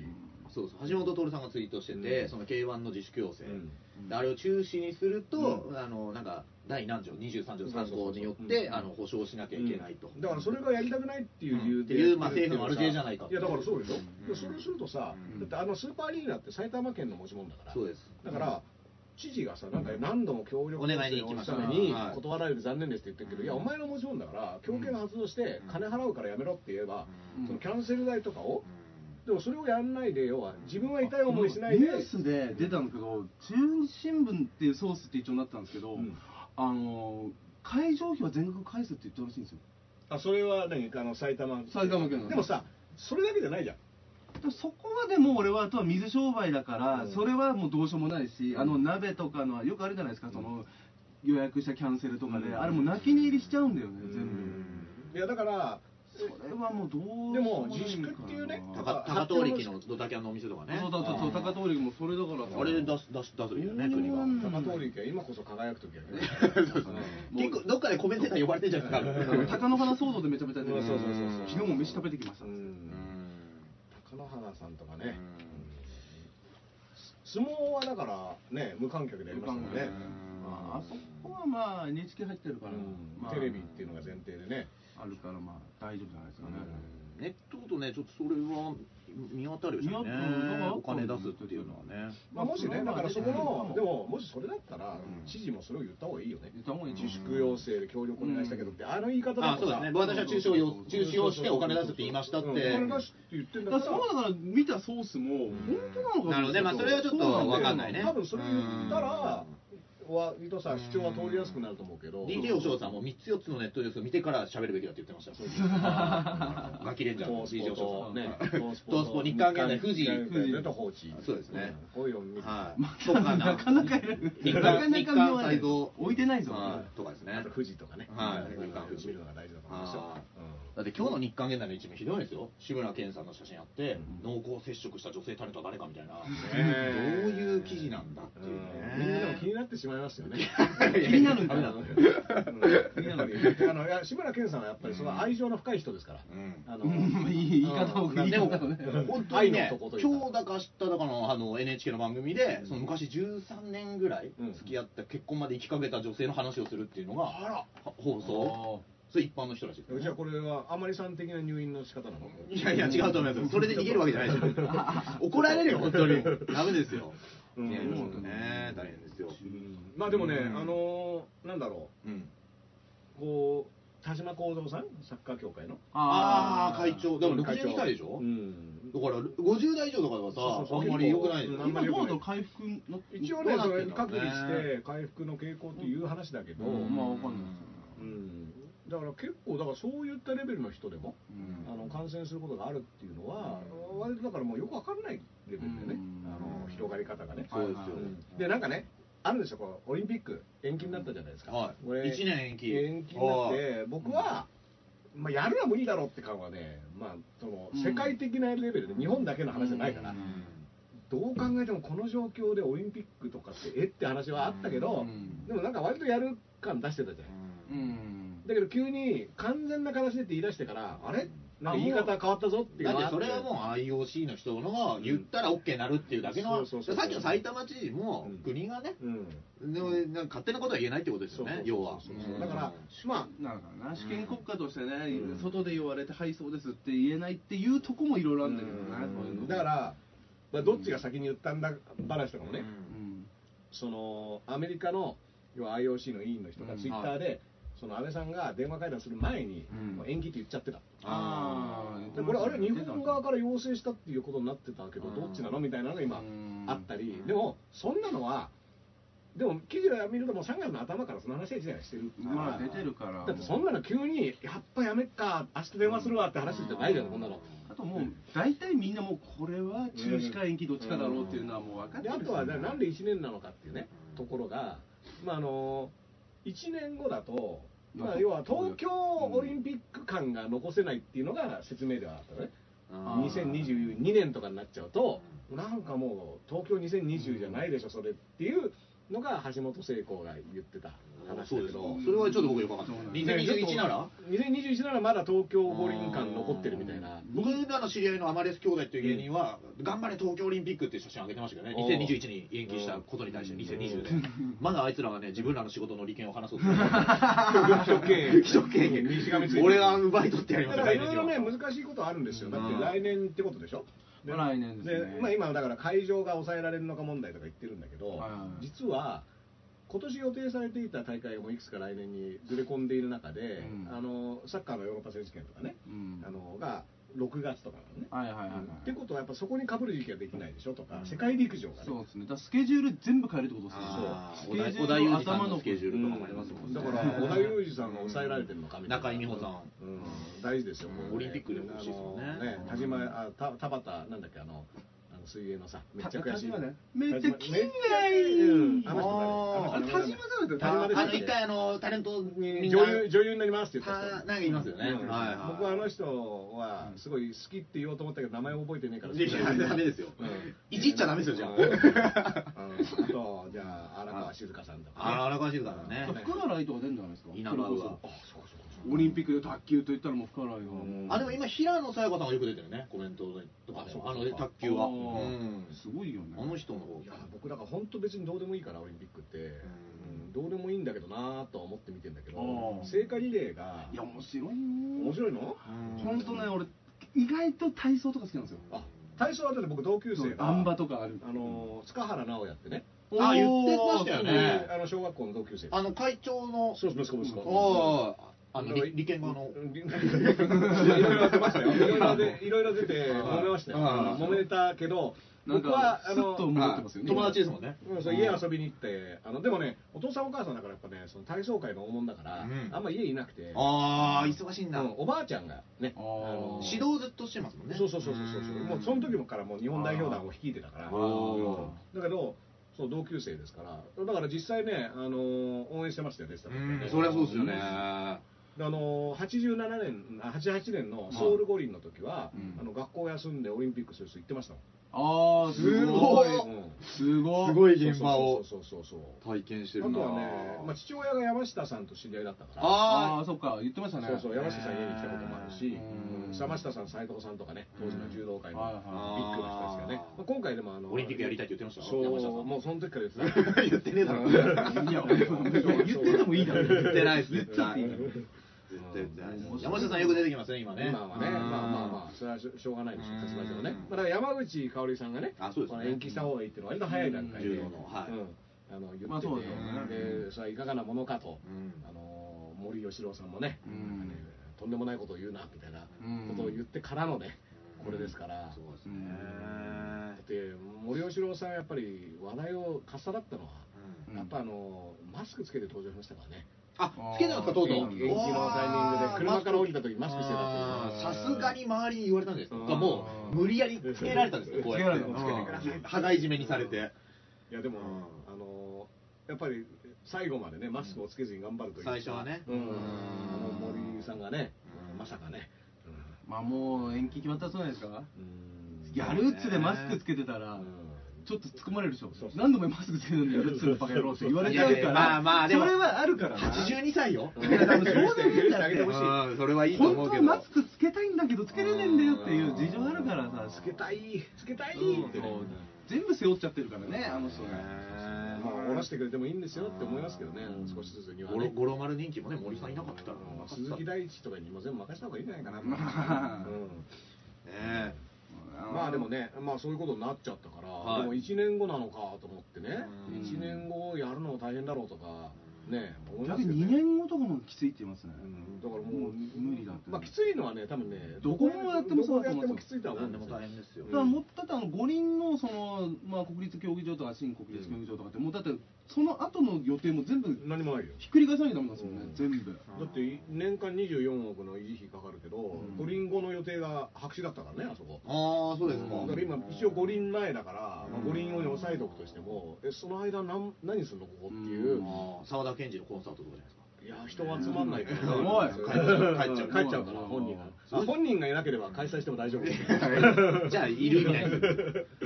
そうそう橋本徹さんがツイートしてて、うんその K1 の自粛要請、うんであれを中止にすると、うあのなんか第何条23条3そうそうそ項うによって、うんあの保証しなきゃいけないと、だからそれがやりたくないっていう理由で、うんっていうまあ政府のある程度じゃないかいやだからそうでしょ、うんそれをするとさ、うんだってあのスーパーアリーナって埼玉県の持ち物だからそうですだから、知事がさなんか何度も協力お願いに行きましたためにはい断られる残念ですって言ってるけど、うんいやお前の持ち物だから強権発動してうん金払うからやめろって言えば、うんそのキャンセル代とかを、でもそれをやんないで要は自分は痛い思いしないニで、ュースで出たんだけど、中日新聞っていうソースって一応なったんですけど、うんあの会場費は全額返すって言ったらしいんですよ。あそれは何あの埼玉埼玉県のでもさそれだけじゃないじゃんでもそこはでも俺はあとは水商売だから、うんそれはもうどうしようもないし、うんあの鍋とかのはよくあるじゃないですか、その予約したキャンセルとかで、うんあれもう泣き寝入りしちゃうんだよね、全いやだから部。それはもうどうしようでもな自粛っていうねから高高遠力のドタキャンのお店とかねそうだそうそう、高通りもそれだからさあれ出す出す出すよね国がうん高通り家今こそ輝く 時だよねもう結構どっかでコメンテーター呼ばれてんじゃないであすかの鷹の花騒動でめちゃめちゃ出てうるんそうそうそうそう昨日も飯食べてきましたう。うんん高野花さんとかうねん相撲はだからね無観客でやりますもんねまああそこはまあ NHK 入ってるから、うんまあ、テレビっていうのが前提でねあるからまあ大丈夫じゃないですかね、ねってことねちょっとそれは見当たるよね見当たるお金出すっていうのはねまあもしねだからそこうのんでももしそれだったらうん知事もそれを言った方がいいよね言った方がいい自粛要請で協力お願いしたけどってあの言い方だあとそうですね私は中止を要中止をしてお金出すって言いましたって、うんお金出すって言ってんだだかからそこらだから見たソースも本当なのかなるほどねまあそれはちょっとわかんないね多分それ言ったら、は伊藤さん主張は通りやすくなると思うけど、 DJ お嬢さんも3つ4つのネットニュースを見てから喋るべきだって言ってましたよ ガキレンジャーの東ス DJ おポ嬢さんね、東スポ日刊現代富士ネタ放置、そうですねこういうのを見てはいとか なかなか日な刊かな日か刊見ない再造置いてないぞ、はいとかですあねと富士とかね、はい見るのが大事だと思いますよ。だって今日の日刊現代の一面ひどいですよ志村けんさんの写真あって濃厚接触した女性タレントは誰かみたいなえどういう記事なんだっていううんみんなでも気ねになってしまいます よね。気になるんだ ダメようんやっぱりあのいや志村けんさんはやっぱりその愛情の深い人ですから。うんあのうんいい言い方をうん言いで方もをね本当にね愛の男というか今日だか明日だかのあの NHK の番組でその昔13年ぐらいうん付き合った結婚まで行きかけた女性の話をするっていうのがあら放送それ一般の人らしいですねじゃあこれはあまりさん的な入院の仕方なのいやいや、違うと思いますよ。それで逃げるわけじゃないですよ。怒られるよ、本当に。ダメですよ。うんいや、本当ね、大変ですよ。まあでもね、うんあのーなんだろうん。うこう田島幸三さんサッカー協会のあーあ、会長。でも62歳でしょうんだから、50代以上だからそうそうさ、そうあんまり良くないですうんよあん今まり良どくないの回う復の一応ねどうなっそてれんだろう隔ね離して回復の傾向っていう話だけど、うんまあわかんないですうんだから結構だからそういったレベルの人でもうんあの感染することがあるっていうのはうん割とだからもうよくわかんないレベルでねうんあの広がり方がねそうですようんでなんかねあるんですよこうオリンピック延期になったじゃないですか、はこれい。1年延期。延期になっはいて僕は、まあ、やるのは無理だろうって感はね、まあ、そのうん世界的なレベルで日本だけの話じゃないから、どう考えてもこの状況でオリンピックとかってえって話はあったけど、うんでもなんか割とやる感出してたじゃん、うんだけど急に完全な形でって言い出してからあれなんか言い方変わったぞっていうだのっがてそあれはもう IOC の人のが言ったら OK になるっていうだけうの、んさそうっそうそうきの埼玉知事もうん国がね、うんでもなんか勝手なことは言えないってことですよね、要はそうそうそう。うんだからまなんかな主権国家としてね、うん外で言われて、はい、そうですって言えないっていうとこもいろいろあるんだけどあ、ね、そういうのだから、まあ、どっちが先に言ったんだ話とかもね、ううんんそのアメリカの要は IOC の委員の人がうんツイッターで、その安倍さんが電話会談する前に、うんもう延期って言っちゃってた、あーでこれ、あれ、日本側から要請したっていうことになってたけど、うんどっちなのみたいなのが今、うんあったり、でも、そんなのは、でも記事を見ると、もう3月の頭からその話自体はしてるからまあ出てるから、だってそんなの急に、やっぱやめっか、明日電話するわって話じゃないじゃん、こんなの。あともう、大体みんなもう、これは中止か延期どっちかだろうっていうのはもう分かってでるあしとはななんで1年なのかっていうねところが、まあ、あの1年後だと、まあ、要は東京オリンピック感が残せないっていうのが説明ではあったね、あー2022年とかになっちゃうとなんかもう東京2020じゃないでしょそれっていうのが橋本聖子が言ってた話だけそうですかど。それはちょっと僕よくわかんない。2021なら ?2021 ならまだ東京五輪間残ってるみたいな。僕らの知り合いのアマレス兄弟っていう芸人は、頑張れ東京オリンピックっていう写真上げてましたけどね、おー2021に延期したことに対して、2020で、 まだあいつらがね、自分らの仕事の利権を話そうとしてる 一既得権益にしがみついてる俺が奪い取ってやりまだすかよ、ら来いろ年いにはろね、難しいことあるんですよ。だって来年ってことでしょでまあ来年ですねまあ今だから会場が抑えられるのか問題とか言ってるんだけどはいはい、実は、今年予定されていた大会もいくつか来年にずれ込んでいる中で、うんあのサッカーのヨーロッパ選手権とかね、うんあのが6月とかなのね。はいはいはいはいってことはやっぱそこにかぶる時期はできないでしょとか、世界陸上がねそうですねだからスケジュール全部変えるってことですねあーそう織田スケジュールを織田裕二さん頭ののスケジュールとかもありますもんね。だから織田裕二さんが抑えられてるのかみたいな中井美穂さんうん、大事ですよ、オリンピックでも欲しいですもんねあの田島あた田畑なんだっけあのあの水泳のさめっちゃ悔しい田島ねめっちゃ田島めっちゃ嫌いうんあの人誰あの人あ田島さんだった田島であしたっのけ一回あのタレントに女優女優になりますって言った人たなんかいますよね。はいうんはい。僕はあの人はすごい好きって言おうと思ったけど名前覚えてねえからいやいやダメですようんいじっちゃダメですよじゃあうんあとじゃあ荒川静香さんとかねあ荒川静香だね。福原愛とか出るんじゃないですか稲葉があそうかそうかそうかオリンピックで卓球といったらもう福原愛がうんあでも今平野さやかさんがよく出てるねコメントとかあでそうもかあそのうか卓球は。あうーんすごいよねあの人の方いや僕だから本当別にどうでもいいからオリンピックって、んうんどうでもいいんだけどなーとは思って見てんだけどあー聖火リレーがいや面白いよ面白いの本当ね俺意外と体操とか好きなんですよあ体操はだって僕同級生があん馬とかあるあのー塚原直哉ってね、あ言ってましたよ僕ね。あの小学校の同級生あの会長のそうです息子息子あああの利利権側の。うんいろいろ出ましたよいろいろでいろいろ出て揉めましたよあー揉めたけどなん僕はかあスッのと戻ってますよね友達ですもんね。うんそう家遊びに行ってあのでもねお父さんお母さんだからやっぱねその体操界の大物だから、うんあんま家いなくてああ忙しいんだ。うんおばあちゃんがねあーの指導ずっとしてますもんね。そうそうそうそうそうもうその時もからもう日本代表団を率いてたからーだけどそう同級生ですからだから実際ね、あのー応援してましたよねスタうッフがんね、そりゃそうですよね。であのー87年あ88年のソウル五輪の時は、うんあの学校休んでオリンピックする人行ってましたもん、ああすごいうんすごいすごい現場をそうそうそうそうそう体験してあるなとはね、まあ、父親が山下さんと知り合いだったからあああそっか言ってましたねそうそう山下さん家に来たこともあるし、うん山下さん、斉藤さんとかね、当時の柔道界のはいビはッグな人ですよね、あーまあ、今回でもあのオリンピックやりたいって言ってましたそう山下さんもうその時から言って た、言ってねえだろ。いいや言っててもいいだろ言ってないです絶 対。言ってていいだろ絶対言ってないです山下さんよく出てきますね今ね。今はね、まあまあまあ、それはしょしょうがないでしょ、うん立場上ね、まあだから山口香織さんがね、あそうですねこの延期した方がいいっていうのは、割と早い段階で、柔道のはいうんあの言ってて、まあそうですよねでそれはいかがなものかと、うんあの森喜朗さんもね、うんなんかねとんでもないことを言うなみたいなうんことを言ってからのね、これですから。そうですうね。んだって森喜朗さんやっぱり話題をかっさらったのは、うんやっぱあのマスクつけて登場しましたからねあ、つけたんですか、とうとう。延期のタイミングで車から降りた時マスクしてたっていうあーさすがに周りに言われたんじゃないですか。うんもう、無理やりつけられたんですよ、こうやって。つけられたうん羽交い締めにされて。いやでも、うあのやっぱり最後までねマスクをつけずに頑張るというか最初はねうんうんあの森さんがね、うんまさかね、うんまあもう延期決まったそうじゃないですかうんやるっつでマスクつけてたうらんちょっと突っ込まれるでしょそうそう何度もマスクつけるのにやるっつうバカ野郎って言われちゃういかやらいやまあまあでもそれはあるからな82歳よ。いや多分そうなんだよ許してあげてほしいうんそれはいいと本当思うけはど。マスクつけたいんだけどつけれねえんだよっていう事情あるからさつけたいつけたいうんってね、そう全部背負っちゃってるからねあの人がねまあ下ろしてくれてもいいんですよって思いますけどね少しずつにはゴロねゴロ丸人気もね、森さんいなかったら。鈴木大地とかにも全部任せた方がいいんじゃない かなと思いまあますうんねまあでもね、まあそういうことになっちゃったから、はいでも1年後なのかと思ってね、うん1年後やるの大変だろうとか、ね、思いま逆すよに2ね。年後とかもきついって言いますねうんだからももうう無理だってまあきついのはね、多分ね、どこもやってもそうだどと思うんこもやってもできすついとは思何うんででもすよ大。変ですよ。だからもうだってあの五輪のその、まあ、国立競技場とか新国立競技場とかって、もうだってその後の予定も全部何もないよ。ひっくり返さなきゃダメなんですもんね、うん全部だって年間24億の維持費かかるけど、ん五輪後の予定が白紙だったからね、あそこ。ああ、そうですか。だから今、一応五輪前だから、まあ五輪用に抑えておくとしても、えその間何、何するの、ここっていう。ああ沢田研二のコンサートとかじゃないですかいいや人は集まんないからうんねおい帰っちゃう帰帰っっちちゃゃううかからら本人があ本人がいなければ開催しても大丈夫じゃあ、いるみたいな。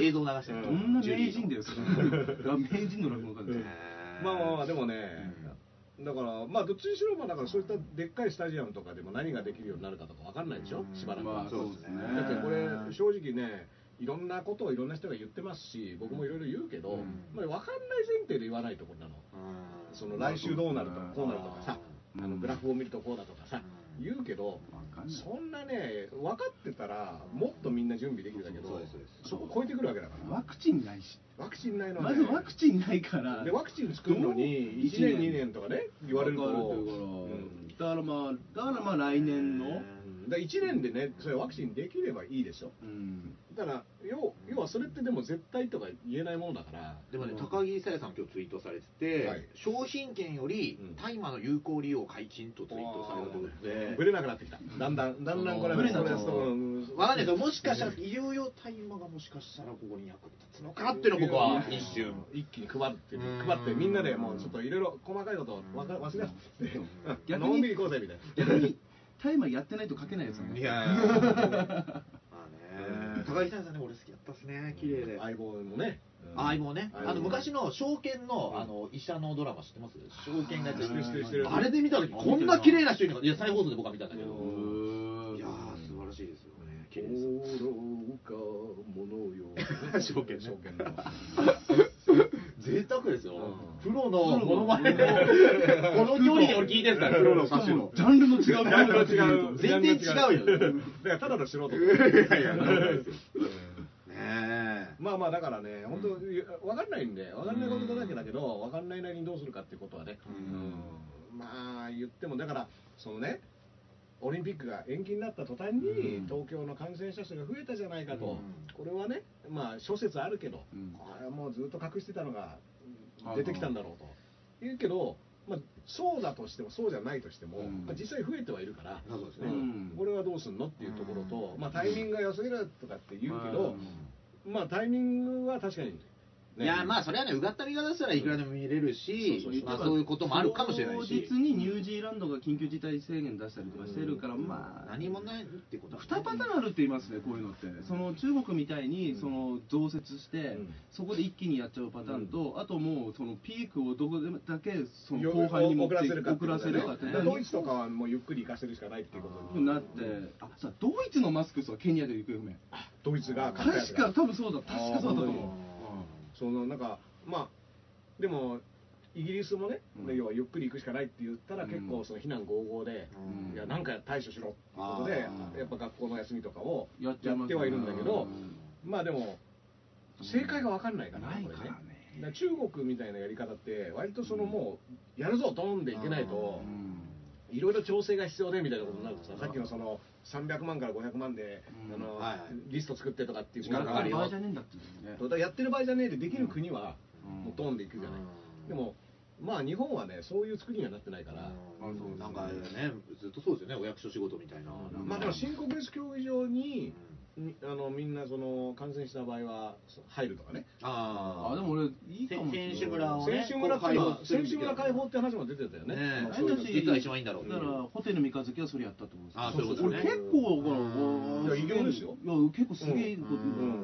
映像流してどる。んな名人だよ、それ。あ名人の落語家です。まあまあまあでもね、だからまあどっちにしろまあだからそういったでっかいスタジアムとかでも何ができるようになるかとかわかんないでしょしばらくは、まあ、そうですね。だってこれ正直ねいろんなことをいろんな人が言ってますし僕もいろいろ言うけど、まあ、分かんない前提で言わないところなのその来週どうなるとかこうなるとかさうんあのグラフを見るとこうだとかさ言うけどわかんないそんなね分かってたらもっとみんな準備できるんだけそうどですそうですそこ超えてくるわけだからワクチンないし。ワクチンないのはまねずワクチンないから。でワクチン作るのに1年2年とかね言われるとわかるうんだからまあ、だからまあ来年の。だから1年でねそれワクチンできればいいでしょうん。だから要要はそれってでも絶対とか言えないものだからでもね、高木さやさん今日ツイートされてて、はい商品券よりうん大麻の有効利用解禁とツイートされたということでぶ、れなくなってきただんだんだんだんこれぶれなくなこるれそうわかんないですよ、もしかしたら、いよいよ大麻がもしかしたらここに役立つのかっていうのを僕は一瞬。一気に配るっていううん配ってみんなでもうちょっといろいろ細かいことわか忘れなって逆にのんびり行こうぜみたいな逆に、タイマーやってないと書けないやつだね。い やーまあね高木さやさんね、俺好きだったっすね、綺麗で。相棒もねあ相棒ね、あの昔のの証券のうんあの医者のドラマ知ってます証券がやって知ってる知ってる知ってるるあれで見た時こんな綺麗な人いるのかいや再放送で僕は見たんだけどうーんいやー素晴らしいですよね「愚綺麗ですかものよ」 証券ね証券の贅沢ですよ、うんプロのモノマネをこの距離で俺聞いてるんですからプロの歌手のジャンルの違う。ジャンルの違う。全然違うよねだからただの素人 いやいやなるほどですよねえまあまあだからね、本当わかんないんで、わかんないことだらけだけど、わかんないなりにどうするかっていうことはね、うんまあ言ってもだからそのね、オリンピックが延期になった途端に、うん東京の感染者数が増えたじゃないかと、うんこれはね、まあ諸説あるけど、うんこれはもうずっと隠してたのがうん出てきたんだろうと、言うけど、まあそうだとしてもそうじゃないとしても、うんまあ実際増えてはいるから。そうですうね、んうんこれはどうすんのっていうところと、まあ、タイミングが良すぎるとかって言うけうどん、まあ、タイミングは確かに、いやまああ、それはねうがった見方したらいくらでも見れるしそうそうまあ、そういうこともあるかもしれないし当日にニュージーランドが緊急事態宣言出したりとかしてるから、まあ、何もないってことはね2パターンあるって言いますね、こういうのって、その中国みたいにその増設して、んそこで一気にやっちゃうパターンと、あともうそのピークをどこでもだけそのよ後輩に持っ遅てらせるか遅らせるかって、だだかららかドイツとかはもうゆっくり行かせるしかないっていうことになって、あさドイツのマスクさ、ケニアで行くよね、ドイツが買ったやつ確がか、多分そうだ、確かそうだと思そのなんかまあでもイギリスもね、うん要はゆっくり行くしかないって言ったらうん結構その非難合々で、うんいやなんか対処しろってことであーやっぱ学校の休みとかをう、ややっちゃいっますてねはいるんだけど、うまあでも正解が分かんないかんらないこかれらねね。だから中国みたいなやり方って割とそのもうやるぞドンでいけないといろいろ調整が必要でみたいなことになるとささっきのその300万から500万でうんあのはいはいリスト作ってとかっていう時時間間かかかかるるよ場合だじゃねえんだっていうねからやってる場合じゃねえでできる国はもうドンでいくじゃないででももまあ日本はねそういう作りにはなってないからなんかねずっとそうですよねお役所仕事みたいなうんまあでも新国立競技場にうんにあのみんなその感染した場合はそう入るとかねあああでも俺いいかもしれない選手村をね選手村っていうのはこう選手村解開放放って話も出てたよねねえそういうのいつが一番いいんだろうだからホテル三日月はそれやったってことですあそういうこと俺ね結構だからうんうわいや偉業ですよいや結構すげえこと言ううんうん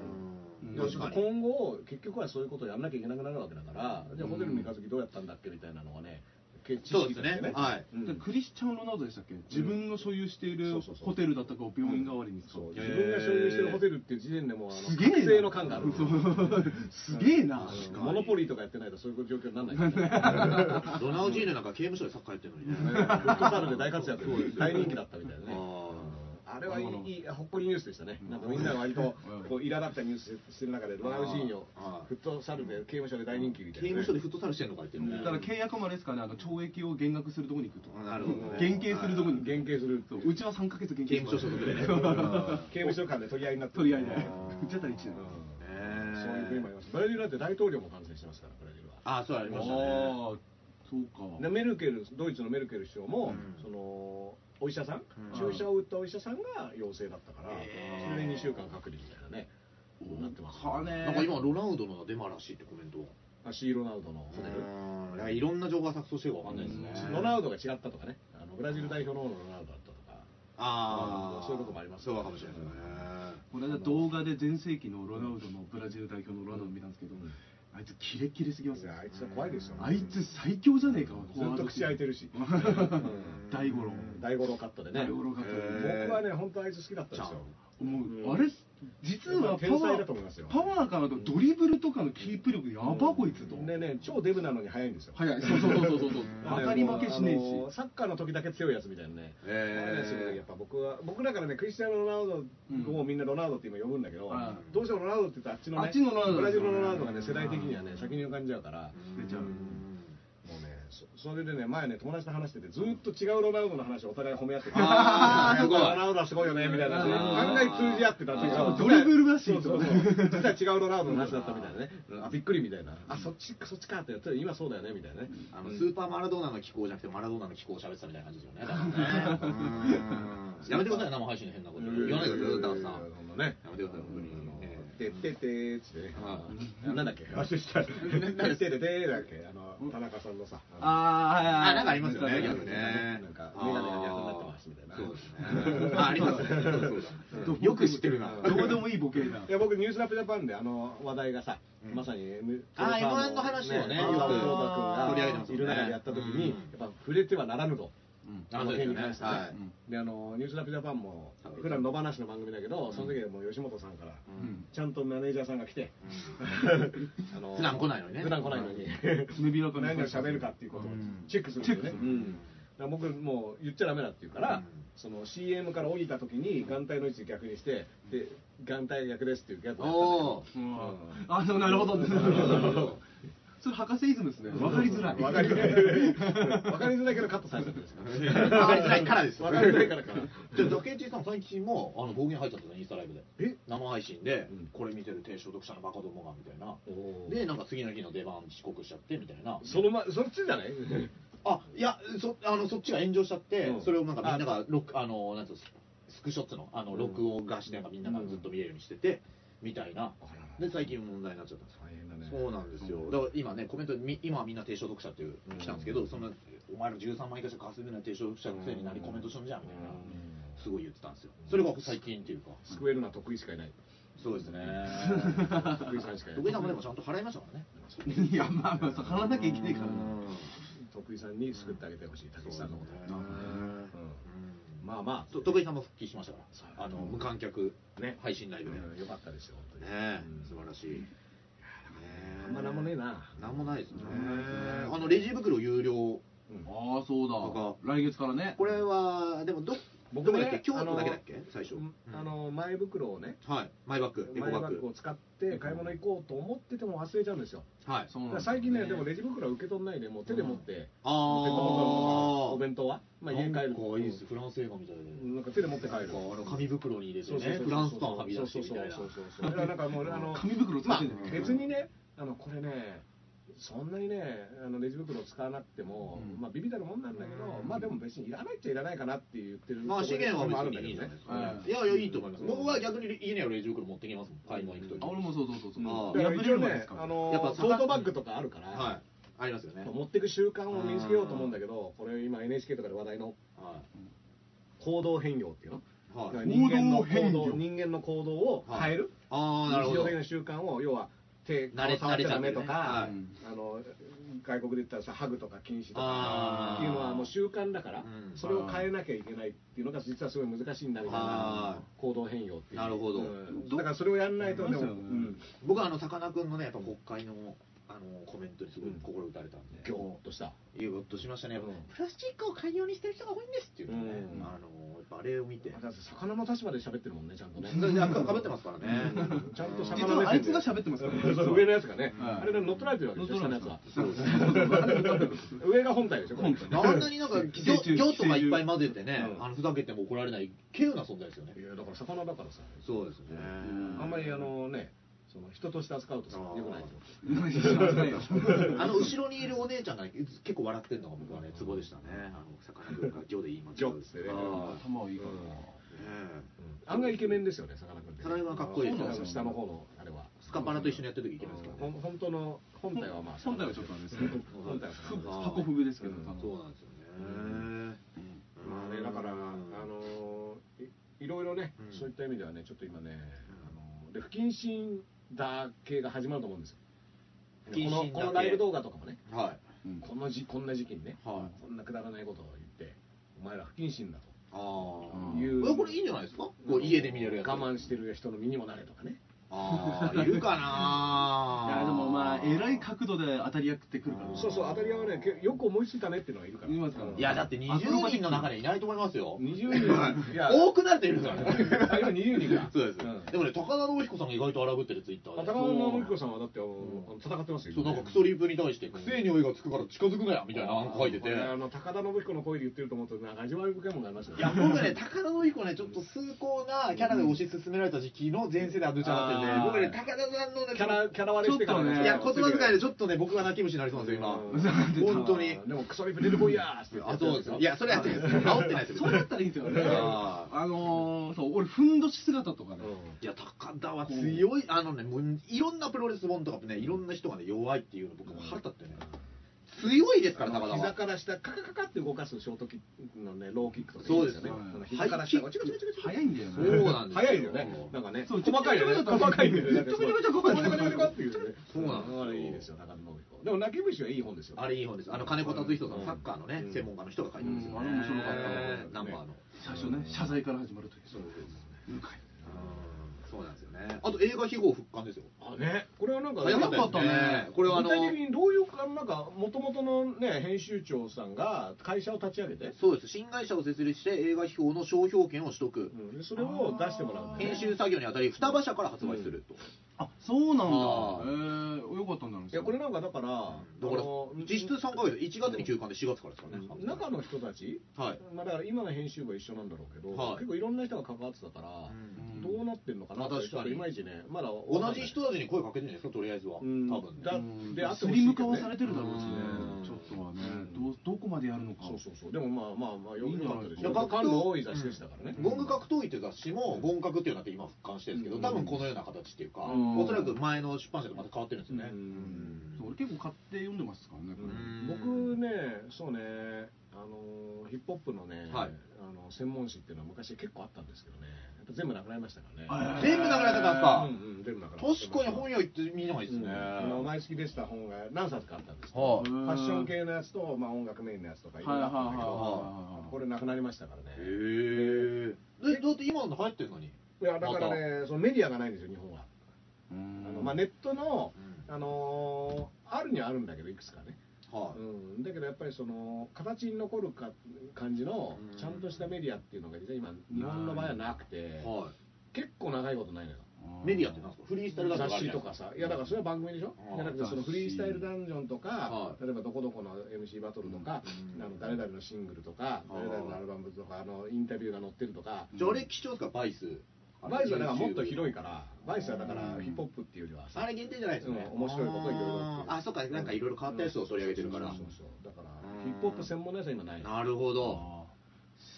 確かに今後結局はそういうことをやんなきゃいけなくなるわけだからじゃあホテル三日月どうやったんだっけみたいなのはねけ知そう識ですとしてねはいうんでクリスチャン・ロナウドでしたっけ自分の所有していそるうそうそうホテルだったかを病院代わりに使そうう自分が所有してるホテルっていう時点でもうあのすげえな覚醒の感 があるそうすげえなうんモノポリーとかやってないとそういう状況にならないから ねドナウジーヌなんか刑務所でサッカーやってるのにねフットサルで大活躍そうですよ大人気だったみたいなあねあれはいなるほどいいいほっこりニュースでしたねなんかみんなが割とこう苛立ったニュースしてる中でロナウジーニョあーフットサルで刑務所で大人気みーた刑いなね務所でフットサルしてんのか言ってるだから契約もあれですからねあの懲役を減額するとこに行くとなるほどね減刑するとこに減刑するそううちは3ヶ月減刑刑務所所属でね刑務所間で取り合いになって取り合いでーうちだったら1年うんそういう国もねあります。ブラジルだって大統領も感染してますから、ブラジルは。あそうありましたねああそうでかメルケルドイツのメルケル首相うも、んそのお医者さん、うん注射を打ったお医者さんが陽性だったから、へーそれで2週間隔離みたいなね、なってます、かねなんか今ロナウドのデマらしいってコメントあシー・ロナウドのホテルうんだからいろんな情報が錯綜してるかわかんないですねうんロナウドが違ったとかねあのブラジル代表のロナウドだったとかああそういうこともありますそうかもしれないですねこの間動画で全盛期のロナウドのブラジル代表のロナウド見たんですけど、あいつキレッキレすぎますよあいつは怖いですよあいつ最強じゃねえかずっと口開いてるしうん 大五郎大五郎カットでね大五郎カットで僕はね本当あいつ好きだったんですよもうんうあれ実はパ天才ワだとー思いますよパワーからのドリブルとかのキープ力やばこいつとでね超デブなのに速いんですよ早いそうそうそうそうそう 当たり負けしねえあのしサッカーの時だけ強いやつみたいなね、あれねすごいやえっぱ僕は僕だからねクリスチャーノ・ロナウドをみんなロナウドって今呼ぶんだけど、うんどうしてもロナウドって言ったらあっちのねあっちのロナウドブラジルのロナウドがね世代的にはね先に浮かんじゃうから、出ちゃうもうねそそれでね前ね友達と話しててずーっと違うロナウドの話をお互い褒め合っててあ ーすやっぱごいロナウドはすごいよねみたいなあー案外通じ合ってたっていうかあードリブルらしいそうそうそう実は違うロナウドの話だったみたいなねあびっくりみたいなあそっちそっちかって今そうだよねみたいなねあのスーパーマラドーナの気候じゃなくてマラドーナの気候を喋ってたみたいな感じですよね。だからねうんやめてください、生配信の変なこと。言わないでください、ダンさん。やほんとねめてください、本当に。えてってってーっつってねあなんだっけ忘れて 何てっててーだっけあの田中さんのさああはいはいあ、なんかありますよね、ギャグね。なんかメガネが逆になってますみたいなそうですね。あ、ありますね。そうそうだよく知ってるな。どうでもいいボケだいや僕ニュースラップジャパンであの話題がさ、うんまさに M あー M1 の話をねよくよく黒田君が取り上げてますいよねる中でやった時に、うんやっぱ触れてはならぬと。あそうですよねこの件に関してねはいであのニュースラップジャパンも普段野放しの番組だけど、その時はもう吉本さんから、うんちゃんとマネージャーさんが来て、あ の普段来ないのにね 普段来ないのに爪開かない何を喋るかっていうことをチェックするんだよね、チェックすうるんだから僕もう言っちゃダメだって言うから、うんその CM から降りた時に眼帯の位置逆にしてで眼帯逆ですっていうギャグをやっうんあおーたんだけどのなるほどねそれ博士イズムですねわかりづらいわかりづらい。わかりづらいけどカットされたんですか分かりづらいからですよ。わかりづらいからかな。 じゃあ、竹内さん、最近もあの暴言入っちゃったね、インスタライブで。え生配信でうん、これ見てる低所得者のバカどもが、みたいな。で、で、なんか次の日の出番遅刻しちゃって、みたいな。そのま、そっちじゃないあ、いや、そあのそっちが炎上しちゃって、うんそれをなんかみんなが録、あの、なんつうの、スクショっつうの、あの、録音がして、なんかみんながずっと見れるようにしてて、みたいな。で、最近問題になっちゃったんですよ。大変だね。そうなんですよ、だから今ね、コメントに、み今はみんな低所得者っていうの来たんですけど、そのお前の13万以下しか稼ぐない低所得者のくせに何コメントしんじゃんみたいな、すごい言ってたんですよ、それが最近っていうか、救えるのは得意し かいない。そうですね、 得意さんしかい徳井さないん。もでもちゃんと払いましたからね、 いやまあまあそう払わなきゃいけないから得意さんに救ってあげてほしい。たけしさんのこと。そうですねうんまあまと徳井さんも復帰しましたかそうら、あの無観客あ、ね。配信ライブで、ねうんよかったですよ、本当に。えうん素晴らしい。ねえあんまなんもねえな。なんもないですねなんもないですね。あのレジ袋有料、うんああそうだ来月からねこれはでもど僕もどこだっけね京都だけあのだっけ最初。うんうんあの、前袋をね、はい、マイバッグ、エ前コババッッググを。使って買い物行こうと思ってても忘れちゃうんですよ。はい。そうなんでだからす最近ね、でもレジ袋は受け取んないで、もう手で持って、あ持ってあ。お弁当は、まあ、家に帰るなんかいいです、フランス映画みたいで。なんか手で持って帰なんるか。あの紙袋に入れてそうそうねそう、フランスパンはみ出してみたいな。そうそうそうそうだからなんかもうあの紙袋使まっあてんだよね別にねあのこれねそんなにねあのレジ袋使わなくても、うんまあビビたるもんなんだけど、うんまあでも別にいらないっちゃいらないかなって言ってるまあ資源は別にいいんじゃねないですはかね。いいやいや、いいと思います。僕は逆に家にあるレジ袋持ってきますもん、買い物行くあと俺もそうそうそうそう破あーだれるから一じゃ応ないですねかあのやっぱトートバッグとかあるから、はい。ありますよね。持ってく習慣を身につけようと思うんだけどこれ今 NHK とかで話題のは行動変容っていうのい。はい。人間の行動変容行動人間の行動を変える、ああ、なるほ日常ど的。な習慣を要は手慣れ顔触っちゃダメと慣か、れちゃってねあの外国で言ったらさハグとか禁止とかあーっていうのはもう習慣だから、うんそれを変えなきゃいけないっていうのが実はすごい難しいんだみたいなあ行動変容っていうなるほどうんだからそれをやんないとでも、そうですよねうん僕はあの、さかなクンのね、やっぱ国会の、あの、コメントにすごい心打たれたんで。ギョーッとしたいや、うっとしましたね、うんプラスチックを寛容にしてる人が多いんですっていうのね、うんあのやっぱあれを見て、あだって魚の立場で喋ってるもんねちゃんとね全然かぶってますからね、ちゃんと実魚はあ目いつ線がで喋ってますからね そう 上のやつがね、はいあれが乗っ取られてるわけでしょ乗っ下取のらやれつてまはす上が本体でしょこれ本体あんなになんか寄生魚虫魚とかいっぱい混ぜてねう、んあのふざけても怒られない、稀有な存在ですよねい。やだから魚だからさそうですね。んあんまりあのね、その人として扱うとさ、あーよくないと。あの後ろにいるお姉ちゃんがね、結構笑ってるのが僕はね、ツボでしたね。あの魚とか魚で言います。ジョってねあ頭はいいからあねえ案外イケメンですよね、さかなクンって。さかなクンはかっこいいですそうよなの下の方のあれは。スカパラと一緒にやってる時いけますからほんね。本当の本体はまあ本体はちょっとあれですけど本体はそうだ箱フグですけど、うん多分そうなんですよね。まあねだからあのいいろいろね、うんそういった意味ではねちょっと今ね、あので不謹慎だ系が始まると思うんですよ不謹慎こだの系このライブ動画とかもねはい。うんこのじこんな時期にね、はいこんなくだらないことを言ってお前ら不謹慎だとああ。いうこれいいんじゃないですかこう家で見れるやつ。我慢してる人の身にもなれとかねああ、いるかな。 いやでもまあえらい角度で当たり役ってくるからそうそう当たり屋はねけよく思いついたねっていうのがいるからいますからいや、だって20人の中にいないと思いますよ。 20人いや多くなるといるからね。あ今20人が そうです。んでもね、高田信彦さんが意外と荒ぶってるツイッター高で田。信彦さんはだってあのあの戦ってますよそう、今なんねかクソリープに対して、くせえ匂いがつくから近づくなよみたいな案書いてて。いあの高田信彦の声で言ってると思うとなんか味わい深いものがありますよねや、僕ね、高田信彦ね、ちょっと崇高なキャラで推し進められた時期の前世であぐちゃなってあて、ー僕ね、高田さんのね、キャラキャラ割れしてからちょっとねいや、言こ葉遣いでちょっとね、僕が泣き虫になりそうなんですよ、今。本当に。でもクソリプレルボイヤーってあ、そうですよ。いや、それやってるんですよ。煽ってないですよ。 そうだったらいいんですよねああのーそう俺ふんどし姿とかね、ういや、高田は強い、あのね、もういろんなプロレス本とかもね、いろんな人がね、弱いっていうの、僕も腹立ってね、強いですから、ん高田膝は。から下カカカカって動かすショートキックのねローキックとかねそうですねあの膝から下ハがイチキッククチクチクチク早いんだよねそうなんですよ早いよねなんかねそう細かいよねちょちょちょちょ細かいよねちょちょちょちょ細かいちょちょちょちょちょっていうねそうなんですよあれいいですよ高田信彦でも泣き虫はいい本ですよあれいい本です。あの、金子達人さうんん、サッカーのねう、ん専門家の人が書いてるんですよ、ね。うんあれ面白かったナンバーの。最初ね謝罪から始まるというそうです向かいうんそうなんですよね。あと、映画秘宝復刊ですよ。あね、これはなんか早かったねこれはあの具体的にどういうかなんか元々のね編集長さんが会社を立ち上げて、そうです。新会社を設立して、映画秘宝の商標権を取得。うん、それを出してもらうんだよね編集作業にあたり、双葉社から発売すると。あそうなんだあえー、よかったんだねいやこれなんかだから、だからあの、実質3ヶ月、1月に休刊で4月からですからね。中の人たち、はい。まあだから今の編集部は一緒なんだろうけど、はい結構いろんな人が関わってたから、んどうなってんのかなってまあ確かにちょっといまいちね、まだわか同んないじ人たちに声かけてるんじゃないですか、とりあえずは。多うん分だね。うんであってスほしいけリム化どねはされてるだろうしねうんちょっとはねうどうどこまでやるのかそうそうそうでもまあまあまあよいいんじよゃかなっいですたでしかょ感の多い雑誌でしたからね、ゴング格闘技という雑誌も、ゴン格っていうのって今復刊してるんですけうんど、多分このような形っていうか、うんおそらく前の出版社とまた変わってるんですよねう。んそう俺結構買って読んでますからねこれ、うん僕ねそうねあのヒップホップのね、はいあの専門誌っていうのは昔結構あったんですけどねやっぱ全部なくなりましたからねあ全部なくなっちゃったんですかうんうん全部なくなっちゃった確かに本屋行ってみないですね。うんあの毎月出した本が何冊かあったんですけど、あはファッション系のやつと、まあ、音楽メインのやつとかはいいろはいいろあはったんいはだけど、いこれなくなりましたからへねえ。でだって今の入ってるのに。いやだからね、そのメディアがないんですよ日本は、うんあのまあ、ネットの、うんあのーあるにはあるんだけどいくつかねはうん、だけどやっぱりその形に残るか感じのうんちゃんとしたメディアっていうのが実は今日本の場合はなくてい。は結構長いことないのよい。メディアってなんですかフリースタイルだ雑誌とかさいやだからそれは番組でしょうんじゃなくてそのフリースタイルダンジョンとかはい例えばどこどこの MC バトルとかうんあの誰々のシングルとかあー誰々のアルバムとかあのインタビューが載ってるとかじゃあ、あれ貴重ですか、バイス。バイスはだからもっと広いかからバイスはだからうんヒップホップっていうよりはさあれ限定じゃないですよね。うん面白いこといろいろあってあー、そっか、なんかいろいろ変わったやつを取り上げてるからそう。そうそうそうだからうんヒップホップ専門のやつは今ないなるほど。あー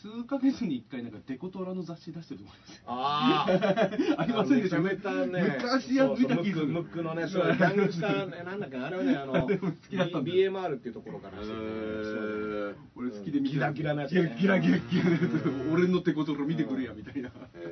数ヶ月に1回なんかデコトラの雑誌出してると思いますああありませんでしょめちゃめちゃね。昔や見た気がすそうそるうムックムックのね、そう、ギャングした、なんだっけ、あれはね、あの、で も好きだったんだ B. M. R. っていうところからしてね。へー俺好きで見てギラギラなやつギラギラギラギラなやつうん俺のデコトラ見てくれやみたいなへそう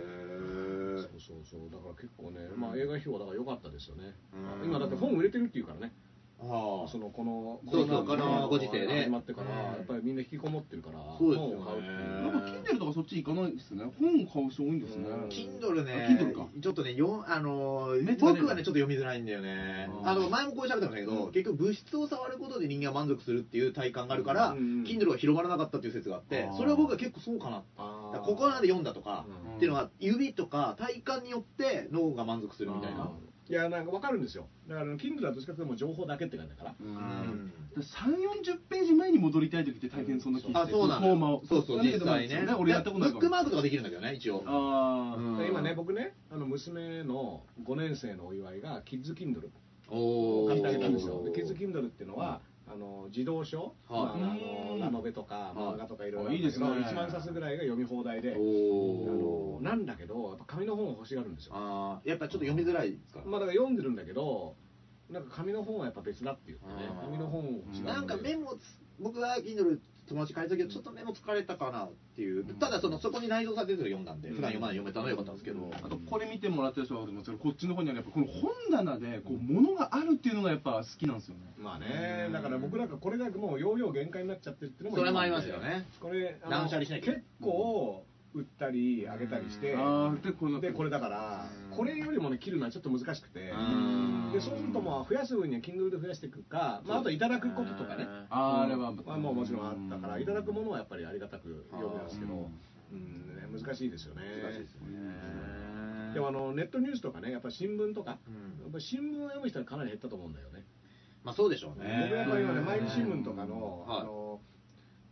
ーそうそう、だから結構ね、まあ、映画表はだから良かったですよねう。ん今だって本売れてるっていうからね、はそのこの。そうそうコロナ禍このご時世ね始まってから、うんやっぱりみんな引きこもってるから。そうですよね本を買うっていうなんか Kindle とかそっち行かないですね本を買う人多いんですねうんい。Kindle あね Kindle か、ちょっとね、よあのーネットでね僕はね、ちょっと読みづらいんだよね。あーあの、前もこう喋ったんだけど、結局物質を触ることで人間は満足するっていう体感があるから、うん Kindle は広まらなかったっていう説があってあ、ーそれは僕は結構そうかな。だからここまでよ読んだとか、うんっていうのは指とか体感によって脳が満足するみたいあな。いや、なんかわかるんですよ。だから、Kindle はどっちかというともう情報だけって感じだから。うんうん3、40ページ前に戻りたい時って大変そんな気がしてあ、そうなフォーマのを。そうそう、だけ実どまあ際ね。俺やったことないブかックらマークとかできるんだけどね、一応。ああ、うんで今ね僕ねあの娘の5年生のお祝いがキッズキンドルおーを買ってあげたんですよでキッズキンドルっていうのは、あの児童書、はいまああのうんラノベとかはい漫画とかいろいろあいいですね1万冊ぐらいが読み放題であのおーなんだけどやっぱ紙の本を欲しがるんですよあーやっぱちょっと読みづらいですかまあだから読んでるんだけどなんか紙の本はやっぱ別だって言ってねあー紙の本を違うなんかメモモつ僕は Kindle 友達借りたけどちょっとメモ疲れたかなっていう、ただそのそこに内蔵されてるのを読んだんで、普段読まない読めたのはよかったんですけど、あとこれ見てもらってる人はあると思うんですけどこっちの方にあるやっぱこの本棚でこう物があるっていうのがやっぱ好きなんですよねまあねだから僕なんかこれがもう容量限界になっちゃってるっていうのもそれもありますよねこれあの断捨離しなきゃ結構売ったりあげたりしてうんああでこのでこれだからうんこれよりもね切るのはちょっと難しくてうんでそうするとまあ増やす分には Kindle で増やしていくかまああといただくこととかねあああれはまあもうもちろんあったからいただくものはやっぱりありがたく読めますけどうんうんね難しいですよね難しいですよねでもあのネットニュースとかねやっぱ新聞とかうんやっぱ新聞を読む人はかなり減ったと思うんだよねまあそうでしょう僕ねやっぱり今ね毎日新聞とかのはいあの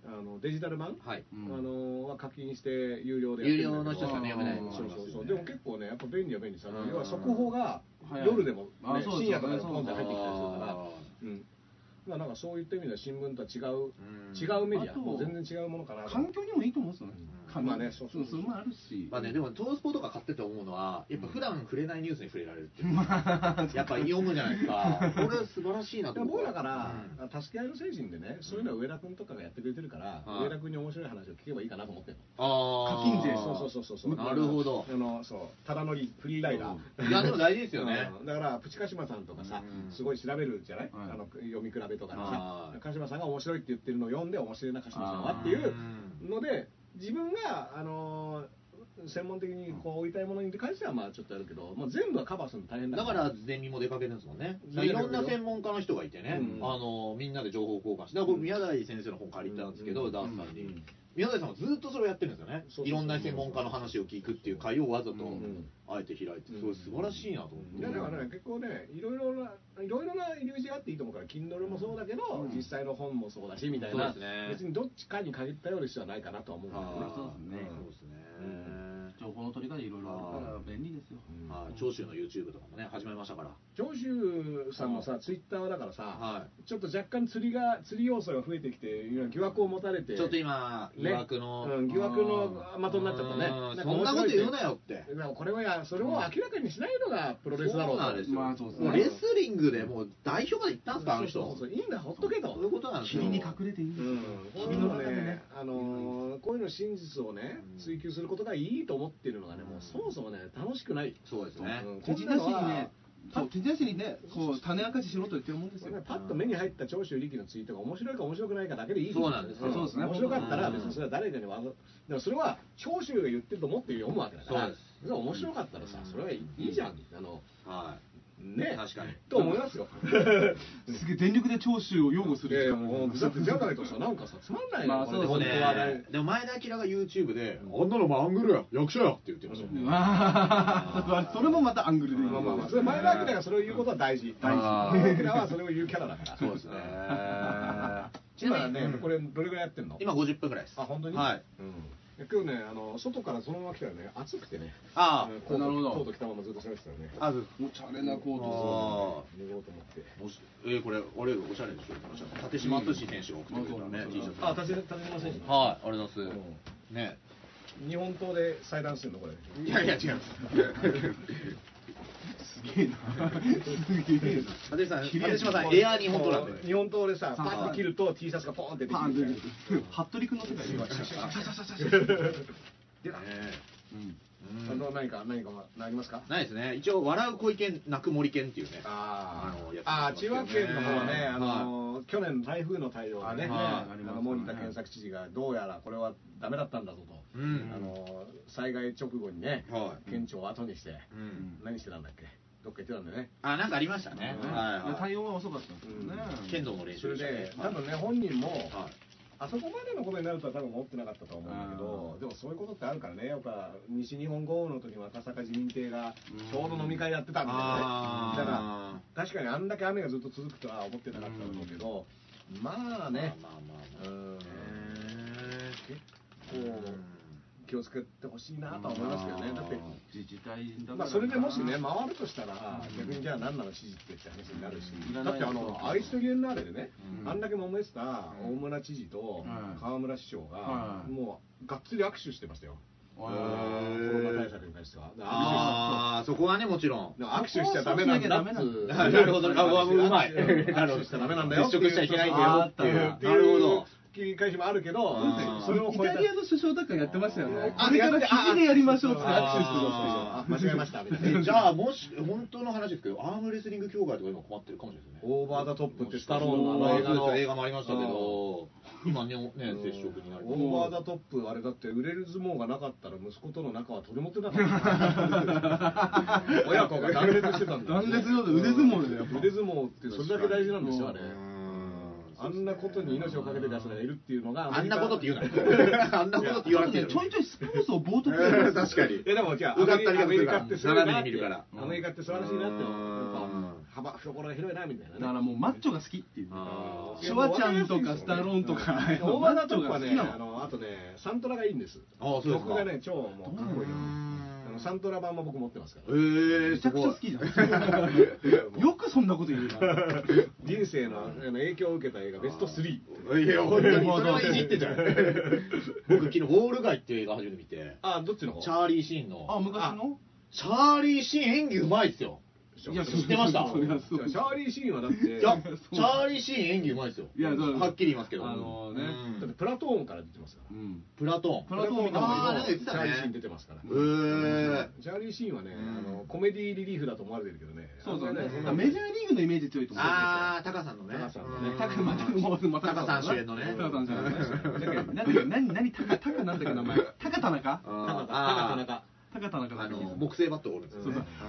あのデジタル版はいうんあのは課金して有料でやってるんだけど有料の人しかね読めないのもあそりうますそよねうそうでも結構ねやっぱ便利は便利さうん要は速報が早い夜でも、ねあそうです深夜とかでそうもポンって入ってきたりするからあうんまあなんかそういった意味では新聞とは違ううん違うメディあアともう全然違うものかなと環境にもいいと思うんですよねうん紙まあねそうそうそれもあるしまあね、でも東スポとか買ってて思うのはやっぱ普段触れないニュースに触れられるっていう、まあやっぱ読むじゃないですか これは素晴らしいなでとも思僕うだからうん、助け合いの精神でね、そういうのは上田君とかがやってくれてるから、はい上田君に面白い話を聞けばいいかなと思ってるあ課金税の。あーそうそうそうそう。なるほどあの、そう、ただ乗り、フリーライダー。いやでも大事ですよね、 うんだからプチカシマさんとかさ、うんすごい調べるじゃない、はいあの読み比べとかではさい鹿島さんが面白いって言ってるのを読んで面白いな鹿島さんはっていうので自分が、あのー専門的にこう売りたいものに関してはまあちょっとやるけど、まあ、全部はカバーするの大変だだかかららゼミも出かけるんですもんね出かけいるよろんな専門家の人がいてね、うんあのみんなで情報交換してだから僕宮台先生の本借りたんですけど、うんダースさんに、うん宮台さんはずっとそれをやってるんですよねそうそうそういろんな専門家の話を聞くっていう会をわざとんあえて開いて、うんそれ素晴らしいなと思って、いやだからね結構ねいろいろないろいろな入り口があっていいと思うから Kindle もそうだけど、うん実際の本もそうだしみたいなそうですね別にどっちかに限ったような人はないかなとは思うんだけどねあーそうですねそうですね、情報の取り方いろいろあるから便利ですようんまあ長州の YouTube とかもね始まりましたから長州さんのさ、ツイッターはだからさ、はちょっと若干釣りが釣り要素が増えてきて、今疑惑を持たれて、ちょっと今疑惑の、ねうん、疑惑の的になっちゃったねうん。そんなこと言うなよってでもこれはや、それを明らかにしないのがプロレスだろそううとなんですよ、まあそうですねもうレスリングでもう代表まで行ったんですかあの人そうそうそういいんだ、ほっとけと。そういうことなんですよ霧に隠れていいんですよこういうのね、あのーこういうの真実をね、追求することがいいと思ってるのがね、もうそもそもね、楽しくない。そうですね、うん手品師にねこんなのはそう手品師にねこう種明かししろと言ってるもんですこよれねパッと目に入った長州力のツイートが面白いか面白くないかだけでいいそうなんですよそうですね面白かったら別にそれは誰かにわざでもそれは長州が言ってると思って読むわけだからそうですれは面白かったらさそれはいいいいじゃんあのはね確かにと思いますよすげえ電力で聴取を擁護すいやいるや時間もうぐさってじゃないとさなんかさつまんないよまあい。これそうそうでも本当はねね、でも前田明が YouTube で、あんなのもアングルや、役者やって言ってましたよね。あーそれもまたアングルでいいまあまあまあそれ前田明がそれを言うことは大事大事前田明はそれを言うキャラだからそうですね。ち今なはみねに、これどれぐらいやってんの今50分ぐらいです。あ本当にはい。うんいや今日ねあの外からそのまま来たらね暑くてねあうんなるほどコート着たままずっと喋ってたらねあ、あず。おしゃれなコートあ脱ごうと思ってーもしえーこれ、あれ、おしゃれでしょ。立島敦史選手が送ってくれたねう、ん T シャツ。あ立島選手はい、ありがとうございます。ね。日本刀で裁断してんのこれいやいや、違う。すげえなすげえな 立島さん、切れ味立島さん、エアー日本刀なんこうで。日本刀でささパあッと切ると T シャツがポーンって出てパくンる出みたいるな服部君の世界で今 でねうんうんあの何か何かなりますかないですね。一応、笑う小池、泣く森犬っていうね。あーあのやつあー千葉県の方はね、ねあのー去年の台風の対応がね、あれねあの森田ありますね健作知事がどうやらこれはダメだったんだぞと、うんあのー災害直後にね、はい県庁を後にして、うん。何してたんだっけ、どっか行ってたんだよね、あ、なんかありましたね。はいはい。対応は遅かったんですよね剣道の練そ習れでしたねで、多分ね、本人も、はいあそこまでのことになるとは多分思ってなかったと思うんだけど、でもそういうことってあるからね、やっぱ西日本豪雨の時も赤坂自民邸がちょうど飲み会やってたんだよね、あーだから確かにあんだけ雨がずっと続くとは思ってなかったと思うけど、ままあまああね、まあまあうへんー結構、気をつけてほしいなとは思いますけどね、だって、自治体だからまあ、それでもしね、回るとしたら、逆にじゃあ、何なの指示ってって話になるしい、らなだいってあの、アイストリエンナーレでね、うんあんだけ揉めてた大村知事とうん河村市長がは、いもうがっつり握手してましたよ、コあローナ対策に関しては。ああ、そこはね、もちろん。握手しちゃダメなんだっつうなるほど。あ、うまい。握手しちゃダメなんだよ。接触しちゃいけないんだよっていあーあうっ。ななるるほほどど。。切り返しもあるけどうん、それをイ超えタたリアの首相だからやってましたよね。あこれからやってあ肘でやりましょうって握手するあんー間違えましたみたいなえじゃあ、もし、本当の話ですけど、アームレスリング協会とか今困ってるかもしれないですね。オーバーザトップってスタローンのあのあ映映画画の映画もありましたけど、今ね、ね接触になりましオーバーザトップあれだって売れる相撲がなかったら息子との仲は取り持ってなかった 親子が断裂してたんだ断裂よ腕相撲だよやっぱ腕相撲ってそれだけ大事なんでしょあれたうんあんなことに命をかけてる奴らがいるっていうのがあんなことって言うな。 あんなことって言わなくていいちょいちょいスポーツを冒涜すえるー。確かにい。やでもじゃあうがったりアメリカがっするてから斜めに見るからアメリカって素晴らしいなってやうっんぱ幅懐が広いなみたいなねだからもうマッチョが好きっていう。あーシュワちゃんとかスタローンとか、大マ花ッチとョかが好ねきなあの。のあとねサントラがいいんですああそうですか曲がね超もうかっこいいようんあのサントラ版も僕持ってますかえらー、めちゃくちゃ好きじゃん。よくそんなこと言えるな。人生のあの影響を受けた映画ベスト3いや、本当に、それはいじってん じゃん。僕、昨日、ウォール街っていう映画初めて見て、あどっちの方チャーリー・シーンあ、の、昔のチャーリー・シーン演技うまいっすよ。いや知ってま したそりゃそうシャーリー・シーンはだっていや、チャーリー・シーン演技うまいっすよ。いやだからはっきり言いますけど。あのねうんだってプラトーンから出てますからうん。プラトーン。プラトーン見たあ方あ、ながんかいいよ言ってチャたーねリー・シーン出てますからえー。チャーリー・シーンはね、うんあのコメディリリーフだと思われてるけどね、そうそうね。あメんジャまーりリーグのイメージ強いと思う。ああ、タカさんのね。タカさんのねうタカ、また、もう、また。タカさん主演のねタカさん主演のね。だけど、何、何、何、タカ、タカなんだっけ、名前。タカ田中あタカータカ田あー中、タカ田中だあっけの、木製バットがおるんですよね。そうそう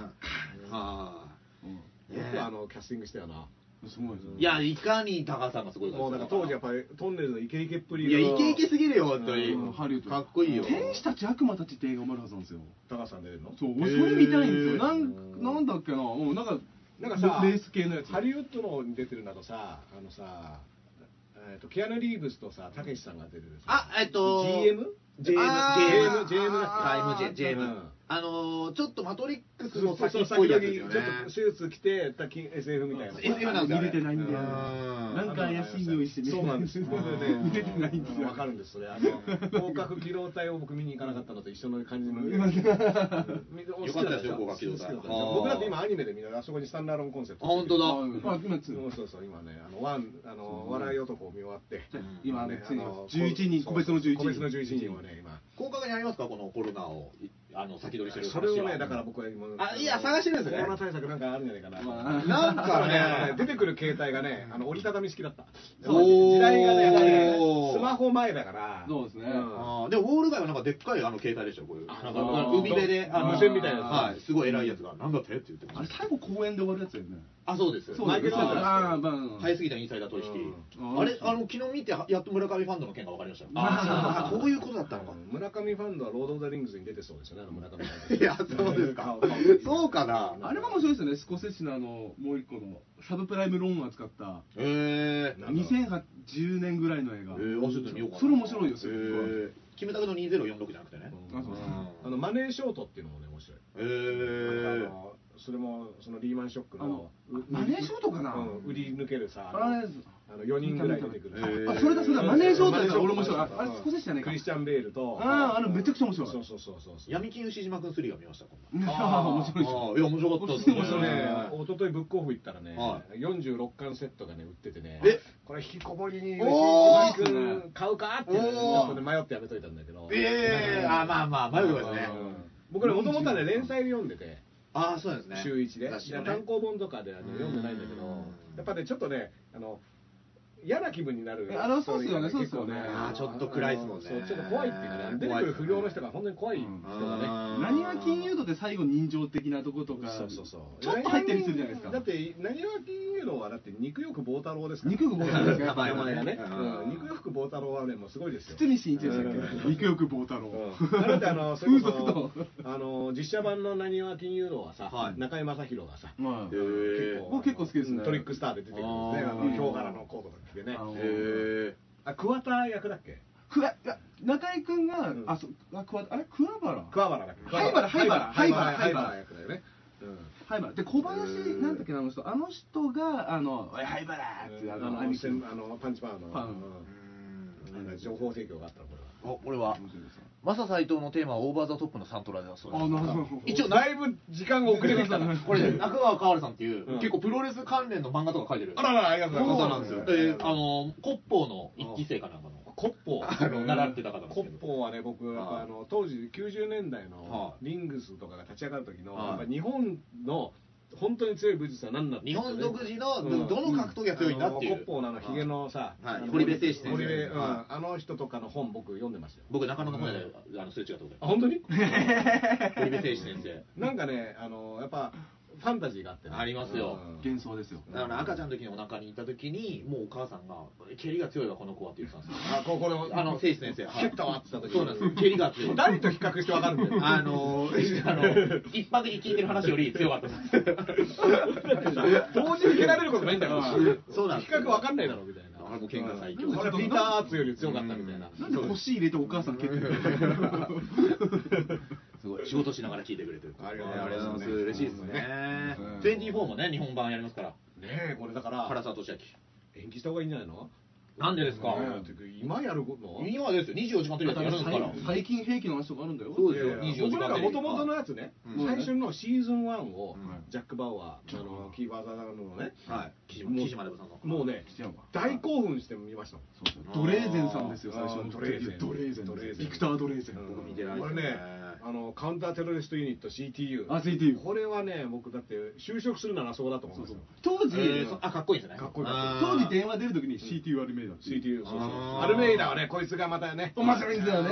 うんあうんーよねくあのキャスティングしたよな、すごいですねいや、いかにタカさんがすごいかもうだから当時やっぱりトンネルのイケイケっぷりいや、イケイケすぎるよ、うん本当うんハリウッに。ドかっこいいよ。天使たち悪魔たちって映画もあるはずなんですよ。タカさん出てるのそう、俺それ見たいんですへーよ。なん、なんだっけな、うん、なんか、なんかさレース系のやつ。ハリウッドのに出てるなどさあのさえーとケアヌ・リーブスとさたけしさんが出てるさあ、えっと、 GM? ?JM、あー JM、 JM だタイム J、う JM ん。あのー、ちょっとマトリックスそのうそう先そっうぽ先いや々つですにちょよね。っとスーツ着てたき SF みたいな SF なんですよ見れてないんだような。んなんか怪しい匂いしてそうなんですよ。見れてないんですよ。わかるんです、それ。あ の、広角機動隊を僕見に行かなかったのと一緒の感じの。よかっかたですよ広角機動隊僕だって今アニメで見たあそこにスタンダーロンコンセプト。あ本当だあ、あ今、つそうそうそう、今ね、あの、ワン、あの、笑い男を見終わって。今あのねついにあの11人そう個別の11人個別の11人をね、今。高価にありますかこのコロナを、いあの、先取りしてる話それをね、だから僕は今。あいや探してるんですねコロナ対策なんかあるんじゃないかなと思って。なんか ねね、出てくる携帯がね、あの折りたたみ式だった。おー時代がね、やっぱりねスマホ前だから。そうですねんあーで、ウォール街はなんかでっかいあの携帯でしたよ、これ。あなんそうか、海辺で、あの無線みたいなやつはい、すごい偉いやつが、なんだってって言ってあまれした。最後公演で終わるやつだよね。あ、そうです。そうマイケルジャクソンああ、まあまあ、早すぎたインサイダー取引、うんあれあの昨日見てやっと村上ファンドの件が分かりましたよああーあこういうことだったのか村上ファンドはロード・オブ・ザ・リングズに出てそうですよね、あの村上ファ ンいド。やそうですか顔顔そうかなあれも面白いですよね、スコセッシのあの、もう一個の、サブプライムローンを扱った、えー、なんだろう2010年ぐらいの映え画。ー、あちょっと見ようかなそれ面白いですよえー、キムタクの2046じゃなくてねうんあそうあのマネーショートっていうのもね、面白い。えなんーかあ、のそれもそのリーマンショックあのの、うマネーショートかなうん売り抜けるさ、あれあの4人ぐらい出てくる。えーあ、それだ、それだ、マネーショートやった俺面白い。ああれ、スコセッシじゃねえかクリ。スチャン・ベールと、あーあれめちゃくちゃ面白いそうそうそうそうそう。闇金牛島君3が見ました今うんあー面白いでしあょ。あいや面白かったです面そ白ういね、ね一昨日ブックオフ行ったらね、は46巻セットがね売っててねえこれ引きこもりに嬉しいおー小林君買うかって言われておーそこで迷ってやめといたんだけどええー、あまあまあ迷うとこですねうん僕ねもともとはね連載で読んでてああそうなんですね週一で、雑誌いのやね単行本とかであの読んでないんだけどうんやっぱねちょっとねあの嫌な気分になるえあれはそうっすよねストーリーがそうっすよね結構あーちょっと暗いっすもんねあのそうちょっと怖いっていうかね出てくる不良の人が本当に怖い人がねあー何が金融度で最後人情的なとことか、そうそうそうちょっと入ったりするじゃないですか。だって何わ金融のはだって肉欲棒太郎ですから肉欲棒太郎ですか名前がね、うんうん肉欲棒太郎はねもうすごいですよ堤真一でしたっけ肉欲棒太郎。うんだってあ のそれこ風そ俗とあの実写版のなにわ金融のはさ、はい中居正広がさ、まあへー僕結構好きですねトリックスターで出てくるんですねあーあのヒョウ柄のコートとか着てねあのえあ桑田役だっけくわいや中井君が、うんあそうあくわあれ桑原桑原だっけ灰原灰原灰灰原原灰灰原原役だよねうんはいばらで小林へーなんだっけなあの人あの人があのおいはいばらってああののあ兄貴ののパンチパーのパンうんなんか情報提供があったのこれはお俺はマサ斎藤のテーマはオーバーザトップのサントラだそうですあなるほど一応だいぶ時間が遅れて きたなこれね中川かわるさんっていう、うん結構プロレス関連の漫画とか書いてるあららありがとうこのご方ざいなんまですすよ、ええーあの骨法の一期生かなんかのコッポあの習ってた方なんですコけどッポはね僕やっぱあの当時90年代のはいリングスとかが立ち上がる時のはいやっぱ日本の本当に強い武術は何だって日言って本ね独自のうんどどの格闘技が強いんだっていあのうコッポーのあのヒゲのさ、はいあの堀部誠一先生堀部うんはあの人とかの本僕読んでましたよ。僕中野の方であのすれ違ったことあある本当に？堀部誠一先生なんかねあのやっぱファンタジーがあってね、ありますよ幻想ですよだから赤ちゃんの時にお腹にいた時にもうお母さんが「蹴りが強いわこの子は」って言ってたんですよあここれあの誠一先生はい蹴ったわって言った時。そうなんです蹴りが強い誰と比較してわかるんだよ。あの ー、あの一般的に聞いてる話より強かったです。同時に蹴られることないんだからうん。そうなんで比すよ較わかんないだろうみたいな。あれも喧嘩最強うんこれピーターアーツより強かったみたいな。なんで腰入れてお母さん蹴ってるすごい仕事しながら聞いてくれてる。ありがとうございますね嬉しいですねうん。 24もね日本版やりますから。ねえこれだか原ら沢俊延期した方がいいんじゃないの？明。なんでですか。ねえてか今やること？今ですよ24時間テレビやるんですから。最近兵器の話とかあるんだよそういでやすいよや24時僕ら間がテレビ。もともとのやつね、うん最初のシーズン1をうんジャック・バウアー、あのキーバーザーのね、はい。岸島デブさんの。もうね、来ちゃうわ大興奮して見ましたもん。そうそうドレーゼンさんですよあー最初のドレーゼンドレーゼンドレーゼンビクター・ドレーゼンうん僕見てないですこれねね、あのカウンターテロリストユニット CTU。あ CTU これはね、僕だって就職するならそうだと思うんですよ。当時、えーそあかっこいいですね。かっこいいあ当ー時電話出るときに CTU アルメイダっていう CTU、そうそうあーアルメイダはね、こいつがまたね、面白いんだよね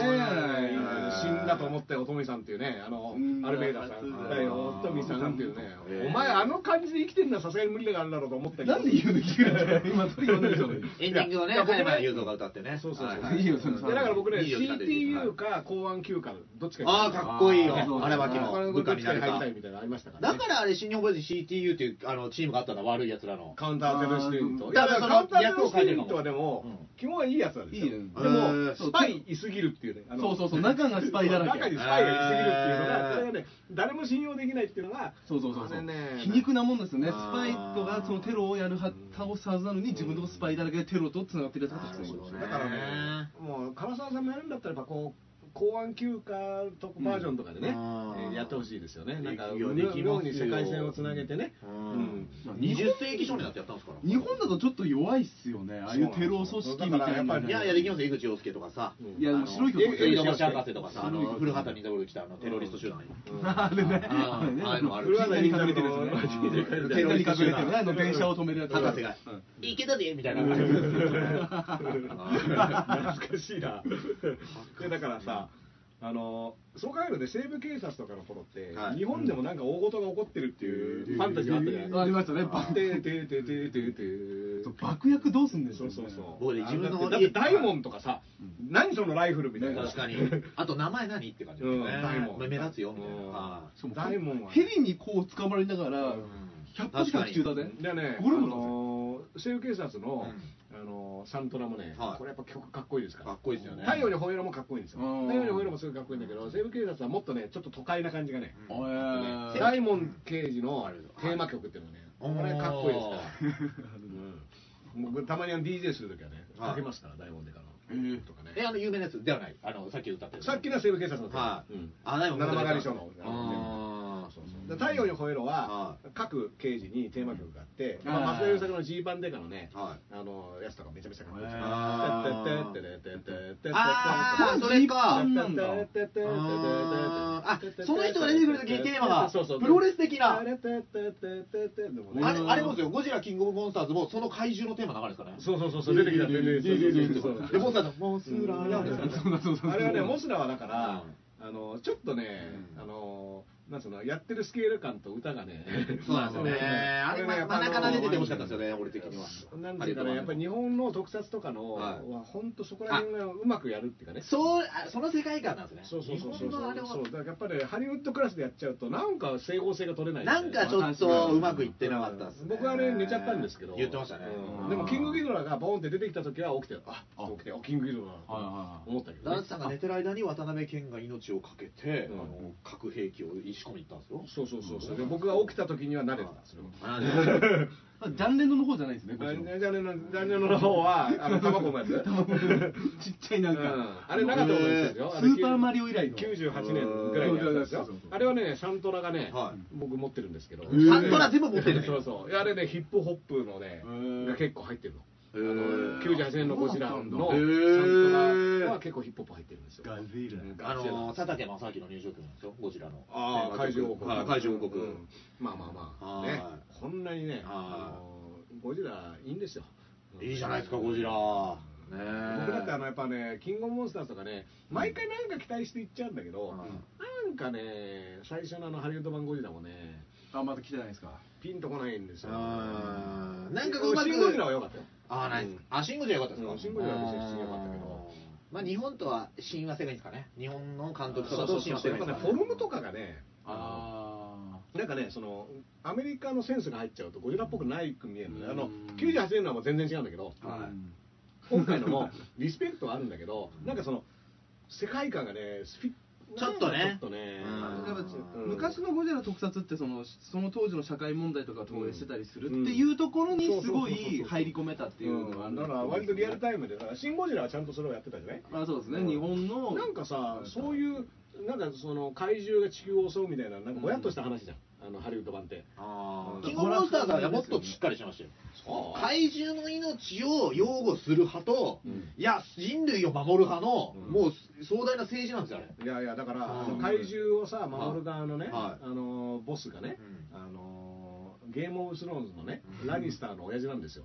死んだと思って、おとみさんっていうね、あのうんアルメイダさん、だよおとみさんっていうねう、んお前、あの感じで生きてるのはさすがに無理があるだろうと思ったけど、なんで言うの気が今それ言わないじゃないエンディングをねいやいや僕ね加山雄三が歌ってね。そうそうそう、はいいよそのでだから僕ね、 24時間テレビ CTU か公安級か、どっちかああ、かっこいいよ。あー荒牧これの部どっ下ちにかなにれ入たりたい。みたいなのありましたから、だね。からあれ、新日本プロレス CTU っていうあのチームがあったんだ、悪い奴らの。カウンターテロリストユあニット。ーいや、だからカウンターテロ役リをスト変えてるユニのットはでも、基本はいいやつなんですよ。いいねでへも、ースパイいすぎるっていうね。あのそうそうそう中がスパイだらけ中にスパイがいすぎるっていうのが、へーそれがね、誰も信用できないっていうのが、そうそうそうあそれう、ね皮肉なもんですよねスあパイーとかそのテロをやるは倒すはずなのに自分のとこスパイだらけでテロとつながってるやつがたくさんいるなるほどねだからね、もう、唐沢さんもやるんだったら、やっぱこう、公安休暇とかバージョンとかでね、うんあーえーやってほしいですよね。なんか、できるよできますよ妙に世界線をつなげてね。うんまあ20世紀少年だってやったんですから。日本だとちょっと弱いっすよねああいうテロ組織みたいなだからやっぱりいやいや、できますよ、江口洋介とかさ。ういんやであのも白い曲ええ水道橋博士とかさ、あの古畑任三郎が来たあのテロリスト集団に。あれねああれねああいうのあるピンタに隠れてるやつねあーピンタに隠れてるねあの電車を止めるやつ博士がうん、いけたでみたいな感じ懐かしいな。でだからさ、あのそう考えるとね西部警察とかの頃って、はい日本でもなんか大事が起こってるっていうファンタジーがあったじゃないですか。ありましたねバンでででででで爆薬どうすんねんそうそうそう。僕ね自分のだって大門とかさ、何そのライフルみたいな。確かに。あと、名前何って感じですうん、ね大門。。目立つよ、みたいなうんはしかも大門はねヘリにこう捕まりながら100発確か発に中だぜでね、ゴルあフののー西部警察の、あのーサントラもね、はいこれやっぱ曲かっこいいですかい。らかっこいいですよね。太陽に吠えろもかっこいいんですようん太陽に吠えろもすごいかっこいいんだけど西部警察はもっとねちょっと都会な感じがねおうんえ大門刑事のテーマ曲っていうのねこうんれかっこいいですからうん僕たまにあの DJ するときはねはいかけますから大門でかえらーとかえ、ねあの、有名なやつではない。あの、さっき歌ってる。さっきの西部警察のテーマはいうんあ、ないもん七曲り賞のあーそうそうで太陽に吠えろはは各刑事にテーマ曲があってうんまあ増田優作のジーパンデカのねはい。あのやつとかめちゃめちゃかっこいいですよあーてってってってってってってあー、それあか。なんだあーあその人が出てくるときテーマがそうそうプロレス的なあれあれ、あれもですよ、ゴジラキングオブモンスターズも、その怪獣のテーマ流れですからね。そうそうそうそう出てきた出てきたで、モンスターズ、モンスラーやそうだそうだそうだあれはねモスラはだからうんあのちょっとねあのなんつうの、やってるスケール感と歌がね、そうなんですよね。あれ、こやま、っぱ真ん中で出てほしかったあですよね、俺的には。の なんていうかね、やっぱり日本の特撮とかの、ははい本当そこら辺がうまくやるっていうかね。そう、あその世界観なんですね。そうそうそうそう。日本のあれそうはだからやっぱりハリウッドクラスでやっちゃうと、なんか整合性が取れない、なんかちょっとうまくいってなかったですね。僕はね、寝ちゃったんですけど。言ってましたね。うんでも、キングギドラがボーンって出てきた時は起きて、あ、あ起きて、あキングギドラだはいとはいはい思ったけどダねン。さんが寝てる間に渡辺謙が命を懸けて、うんあの核兵器を石込みに行ったんですよ。そうそうそうそう。で僕が起きた時には慣れてた、それも。あなんでジャンレノの方じゃないですね、こっちの。ダジャレの、ダジャレの方は、あ の、卵のやつ。ちっちゃいなんか、うんあれなかったことですよ。えースーパーマリオ以来の98年ぐらいのやつですようん。あれはね、サントラがねは、僕持ってるんですけど。サントラ全部持ってるねそうそう。あれね、ヒップホップのねへー、が結構入ってるの。へーあの98年のゴジラのサントへーラは結構ヒップホップ入ってるんですよ。ガゼーラ。あの佐竹正明の入場曲なんですよ、ゴジラの。ああ、テ怪ーマ獣曲王国。はい怪獣王国。うんまあまあまあ。はいね。こんなにね、あのゴジラいいんですよ。いいじゃないですか、ゴジラ。ねえ僕だってあのやっぱね、キングオブモンスターズとかね、毎回なんか期待していっちゃうんだけど、なんかね、最初のあのハリウッド版ゴジラもね、あ、まだ来てないですか。ピンとこないんですよ。あーなんかこううまくシンゴジラは良かったよ。あーないですあ、シンゴジラ良かったですうか。んシンゴジラは別に普通に良かったけどあー。まあ、日本とは親和性がいいんですかね。日本の監督とそかうそとう親そう和性やがっいいんでぱねす、かフォね。ルムとかがね、あなんかね、そのアメリカのセンスが入っちゃうとゴジラっぽくないく見えるのね。あのうん98年のはもう全然違うんだけど、あ。はい今回のもリスペクトはあるんだけど、なんかその世界観がね、スフィちょっとねちょっとねうんやっぱうん昔のゴジラ特撮ってそのその当時の社会問題とかを投影してたりするっていうところにすごい入り込めたっていうのがあるだから割とリアルタイムでだからシン・ゴジラはちゃんとそれをやってたじゃないまあそうですね日本のなんかさそういうなんかその怪獣が地球を襲うみたいななんかぼやっとした話じゃん、あのハリウッド版ってあうんーキングオブモンスターズはもっとしっかりしましたよ。怪獣の命を擁護する派と、うんいや、人類を守る派の、うんもう壮大な政治なんですよ、あれ。いやいやだから、あうのん怪獣をさ守る側のね、はいあのボスがね、うあのゲームオブスローンズのね、うんラニスターの親父なんですよ、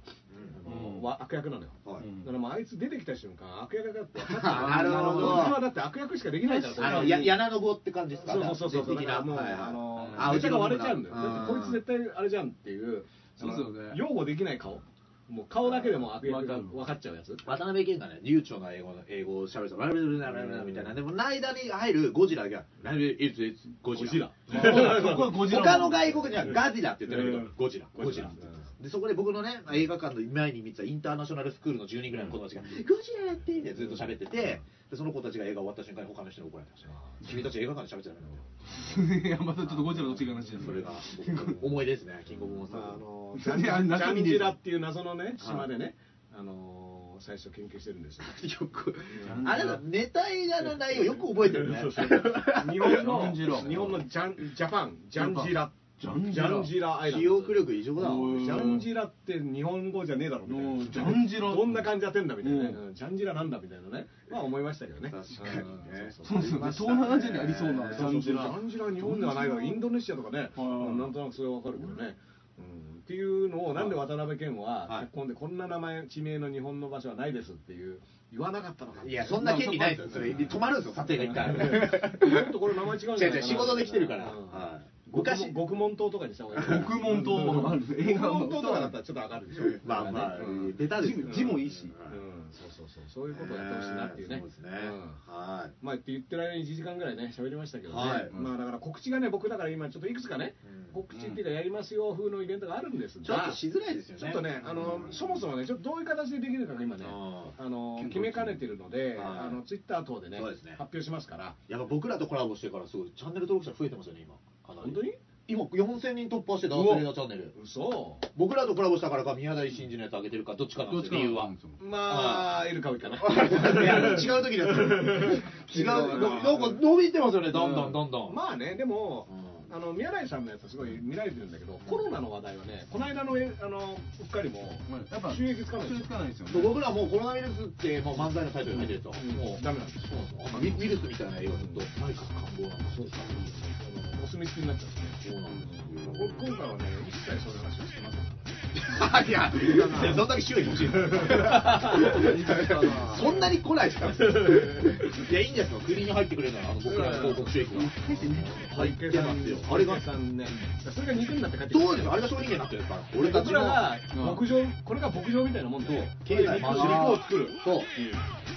あのうんわ悪役なのよ、はいうんだからもうあいつ出てきた瞬間悪役だって分かっなるほど俺はだって悪役しかできないからあの、や、柳の子って感じですかそうそうそうそう。だ的かな。らもう、はいはいあの、あネタが割れちゃうんだよ。うちのだってこいつ絶対あれじゃんっていう、のそうですよね擁護できない顔。もう顔だけでも悪わ役かる分かっちゃうやつ。渡辺謙がね、流暢な英語の英語を喋ると、ラブラブラブラブラみたいな、でも、間に入るゴジラが、ラブイズイズゴジラ。そこはゴジラ他の外国人はガジラって言ってるけど、ゴジラ、ゴジラゴジラ。で、そこで僕のね、映画館の前に見てたインターナショナルスクールの10人ぐらいの子たちが、ゴジラやってってずっと喋ってて、で、その子たちが映画終わった瞬間に他の人に怒られてましたね。君たち映画館で喋っちゃダメなん だよ。いやまたちょっとゴジラと違う話じゃんそれが僕思い出ですね、キングオブモンスタまーああズの。の、ジ何あれ中ャ身ンでいいジラっていう謎のね、島でね、あの、最初研究してるんですよ。よくう、んあれだ、ネタ映画の内容よく覚えてるね。日本ジャンジラの、日本のジャン、ジャパン、ジャンジラ。ジャンジラアイラン記ド。憶力異常だわ。おジャンジラって日本語じゃねえだろみたういんな。ジャンジラどんな感じやってんだみたいなね。うんうんジャンジラなんだみたいなね。まあ思いましたけどね。確かにねうんそうですよね東南アジアにありそうなジそャうそンうジそうラジャンジラは日本ではないからインドネシアとかね。はいはいはいなんとなくそれはわかるけどね。うんっていうのをなんで渡辺謙ははい結婚でこんな名前地名の日本の場所はないですっていう言わなかったのかいや、そんな権利ないですよ。それ、止まるんですよ、撮影が一回。ちょっとこれ名前違うんじゃな違う違いう仕事で来てるからうんはい獄昔門獄門島とかにした方がいい獄門島もある映映画画の門島とかだったらちょっと上がるでしょまあまあうん、ベタですけど字もいいしうんそうそうそうそういうことをやってほしいなっていうね、そうですね。うんはまあって言ってる間に1時間ぐらいね喋りましたけどね、はいまあだから告知がね僕だから今ちょっといくつかね、うん告知っていうかやりますよ風のイベントがあるんですい。がちょっとしづらいですよね。ちょっとね、あの、そもそもね、ちょっとどういう形でできるかが今ね、ああの、決めかねてるので、はいあの、ツイッター等でね、そうで発すね表しますから。やっぱ僕らとコラボしてからすごい、チャンネル登録者増えてますよね、今。かなり本当に今、4000人突破してた、アスレナチャンネル。嘘僕らとコラボしたからか、宮台真司のやつ上げてるか、どっちかなんどでっすちよ、か理由は。まあ、いるかいかな。 いや、違う時 です。違う。なんか伸びてますよね、どんどんどんどん。まあね、でも、うあの宮台さんのやつはすごい見られてるんだけど、コロナの話題はね、この間のえあのうっかりも、やっぱ収益つかない収益つかないですよね僕らもうコロナウイルスってもう漫才のタイトルに入ってると、うんもうダメなんですそうなんですよウイウイルスみたいな映画ずっとマイク感動なんですよそうそう墨付きになっちゃって、そうなんです今回はね、一切そういう話はしてませんからね。いや、いやそんだけ周囲欲しい のそんなに来ないですから。いや、いいんじゃないですか。国に入ってくれるなら、あの、僕らの広告収益が。入ってますよ。あれが、さんね、それが肉になって帰ってどうですかあれが商品券になってるんですから。俺たち僕らのが牧場、これが牧場みたいなもんで、経済回し肉肉をを作作るる。。そう。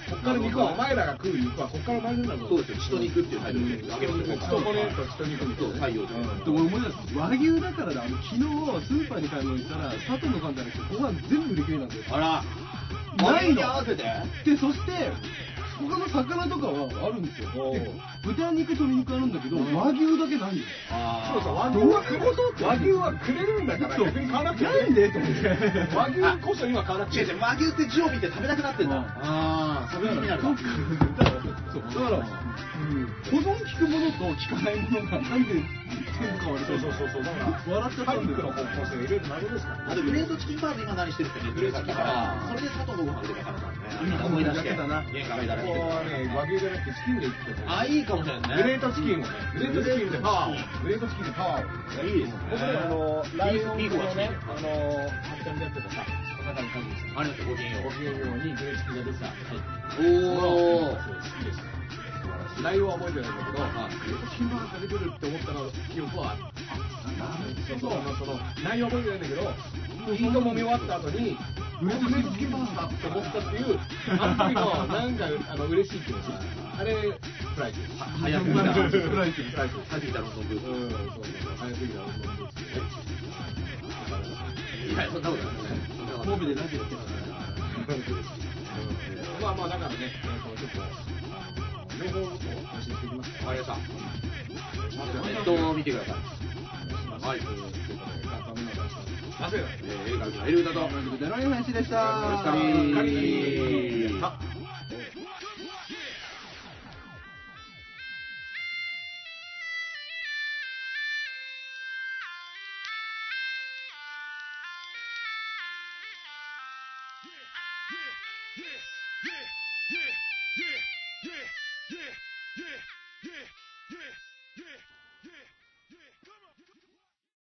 こっから肉はお前らが食う肉はこっから生まれるんだぞ。そうですよ。血と肉っていうタイトルで。あげるんですよ血と骨と血と肉みたいそう、なね太陽とで俺思い出す和牛だからだあの昨日スーパーに買い物行ったら佐藤の缶だらけご飯全部売り切れなんですよあら、ないのに合わせでて。そして他の魚とかはあるんですよおうで豚肉鶏肉あるんだけど和牛だけないんですそうそう、和あ牛はくれ和牛はくれるんだからそう逆に買わなくていいなんでと思って和牛こそ今買わなくあ。てい違う違いう、和牛って字を見て食べたくなってんだ。うんああ、食べたくなるわ。そうだから、うん保存効くものと効かないものがなんで全部変わるそうそうそうそうだから笑っちゃったんだパニックよの方向性がいろいろなるんですからあとグレートチキンバーズ今何してるってネットでさっきから、それで佐藤のご飯が出てからね。みんな思い出して、やってたな家からだらこけてこはね和牛じゃなくてチキンでいってたあ、いいかもしれないですね。グレートチキンをねグレートチキンでパワーをグレートチキンでパワーをいいですね。僕ねあのライオンビーフのはねね、あの発展でやってたさお腹に感じあれだってごきげんごよきげんようにグレートチキンう。おー。が出てたそう好きです内容は覚えてないんだけど、グレートチキンバーガー出てくるって思ったの記憶はある。そうそう、あのその内容は覚えてないんだけど、いいとも見終わった後に、グレートチキンバーガーって思ったっていう、あの時のなんかあの嬉しい気持ち。あれ、プライスです。早く見た。プライスです。プライスです。さっき見たロンドンブうーツ。ん、そうそう、早すぎたら、もう一つねいや、そんなことないで神戸でラすね。ジオやってたからまあまあ、だからね、えーとちょっと、あの両方を更新していきますから。わかりました。ネットを見てください。はい。えー映画のエル歌と、くだらない話でしたお疲れ。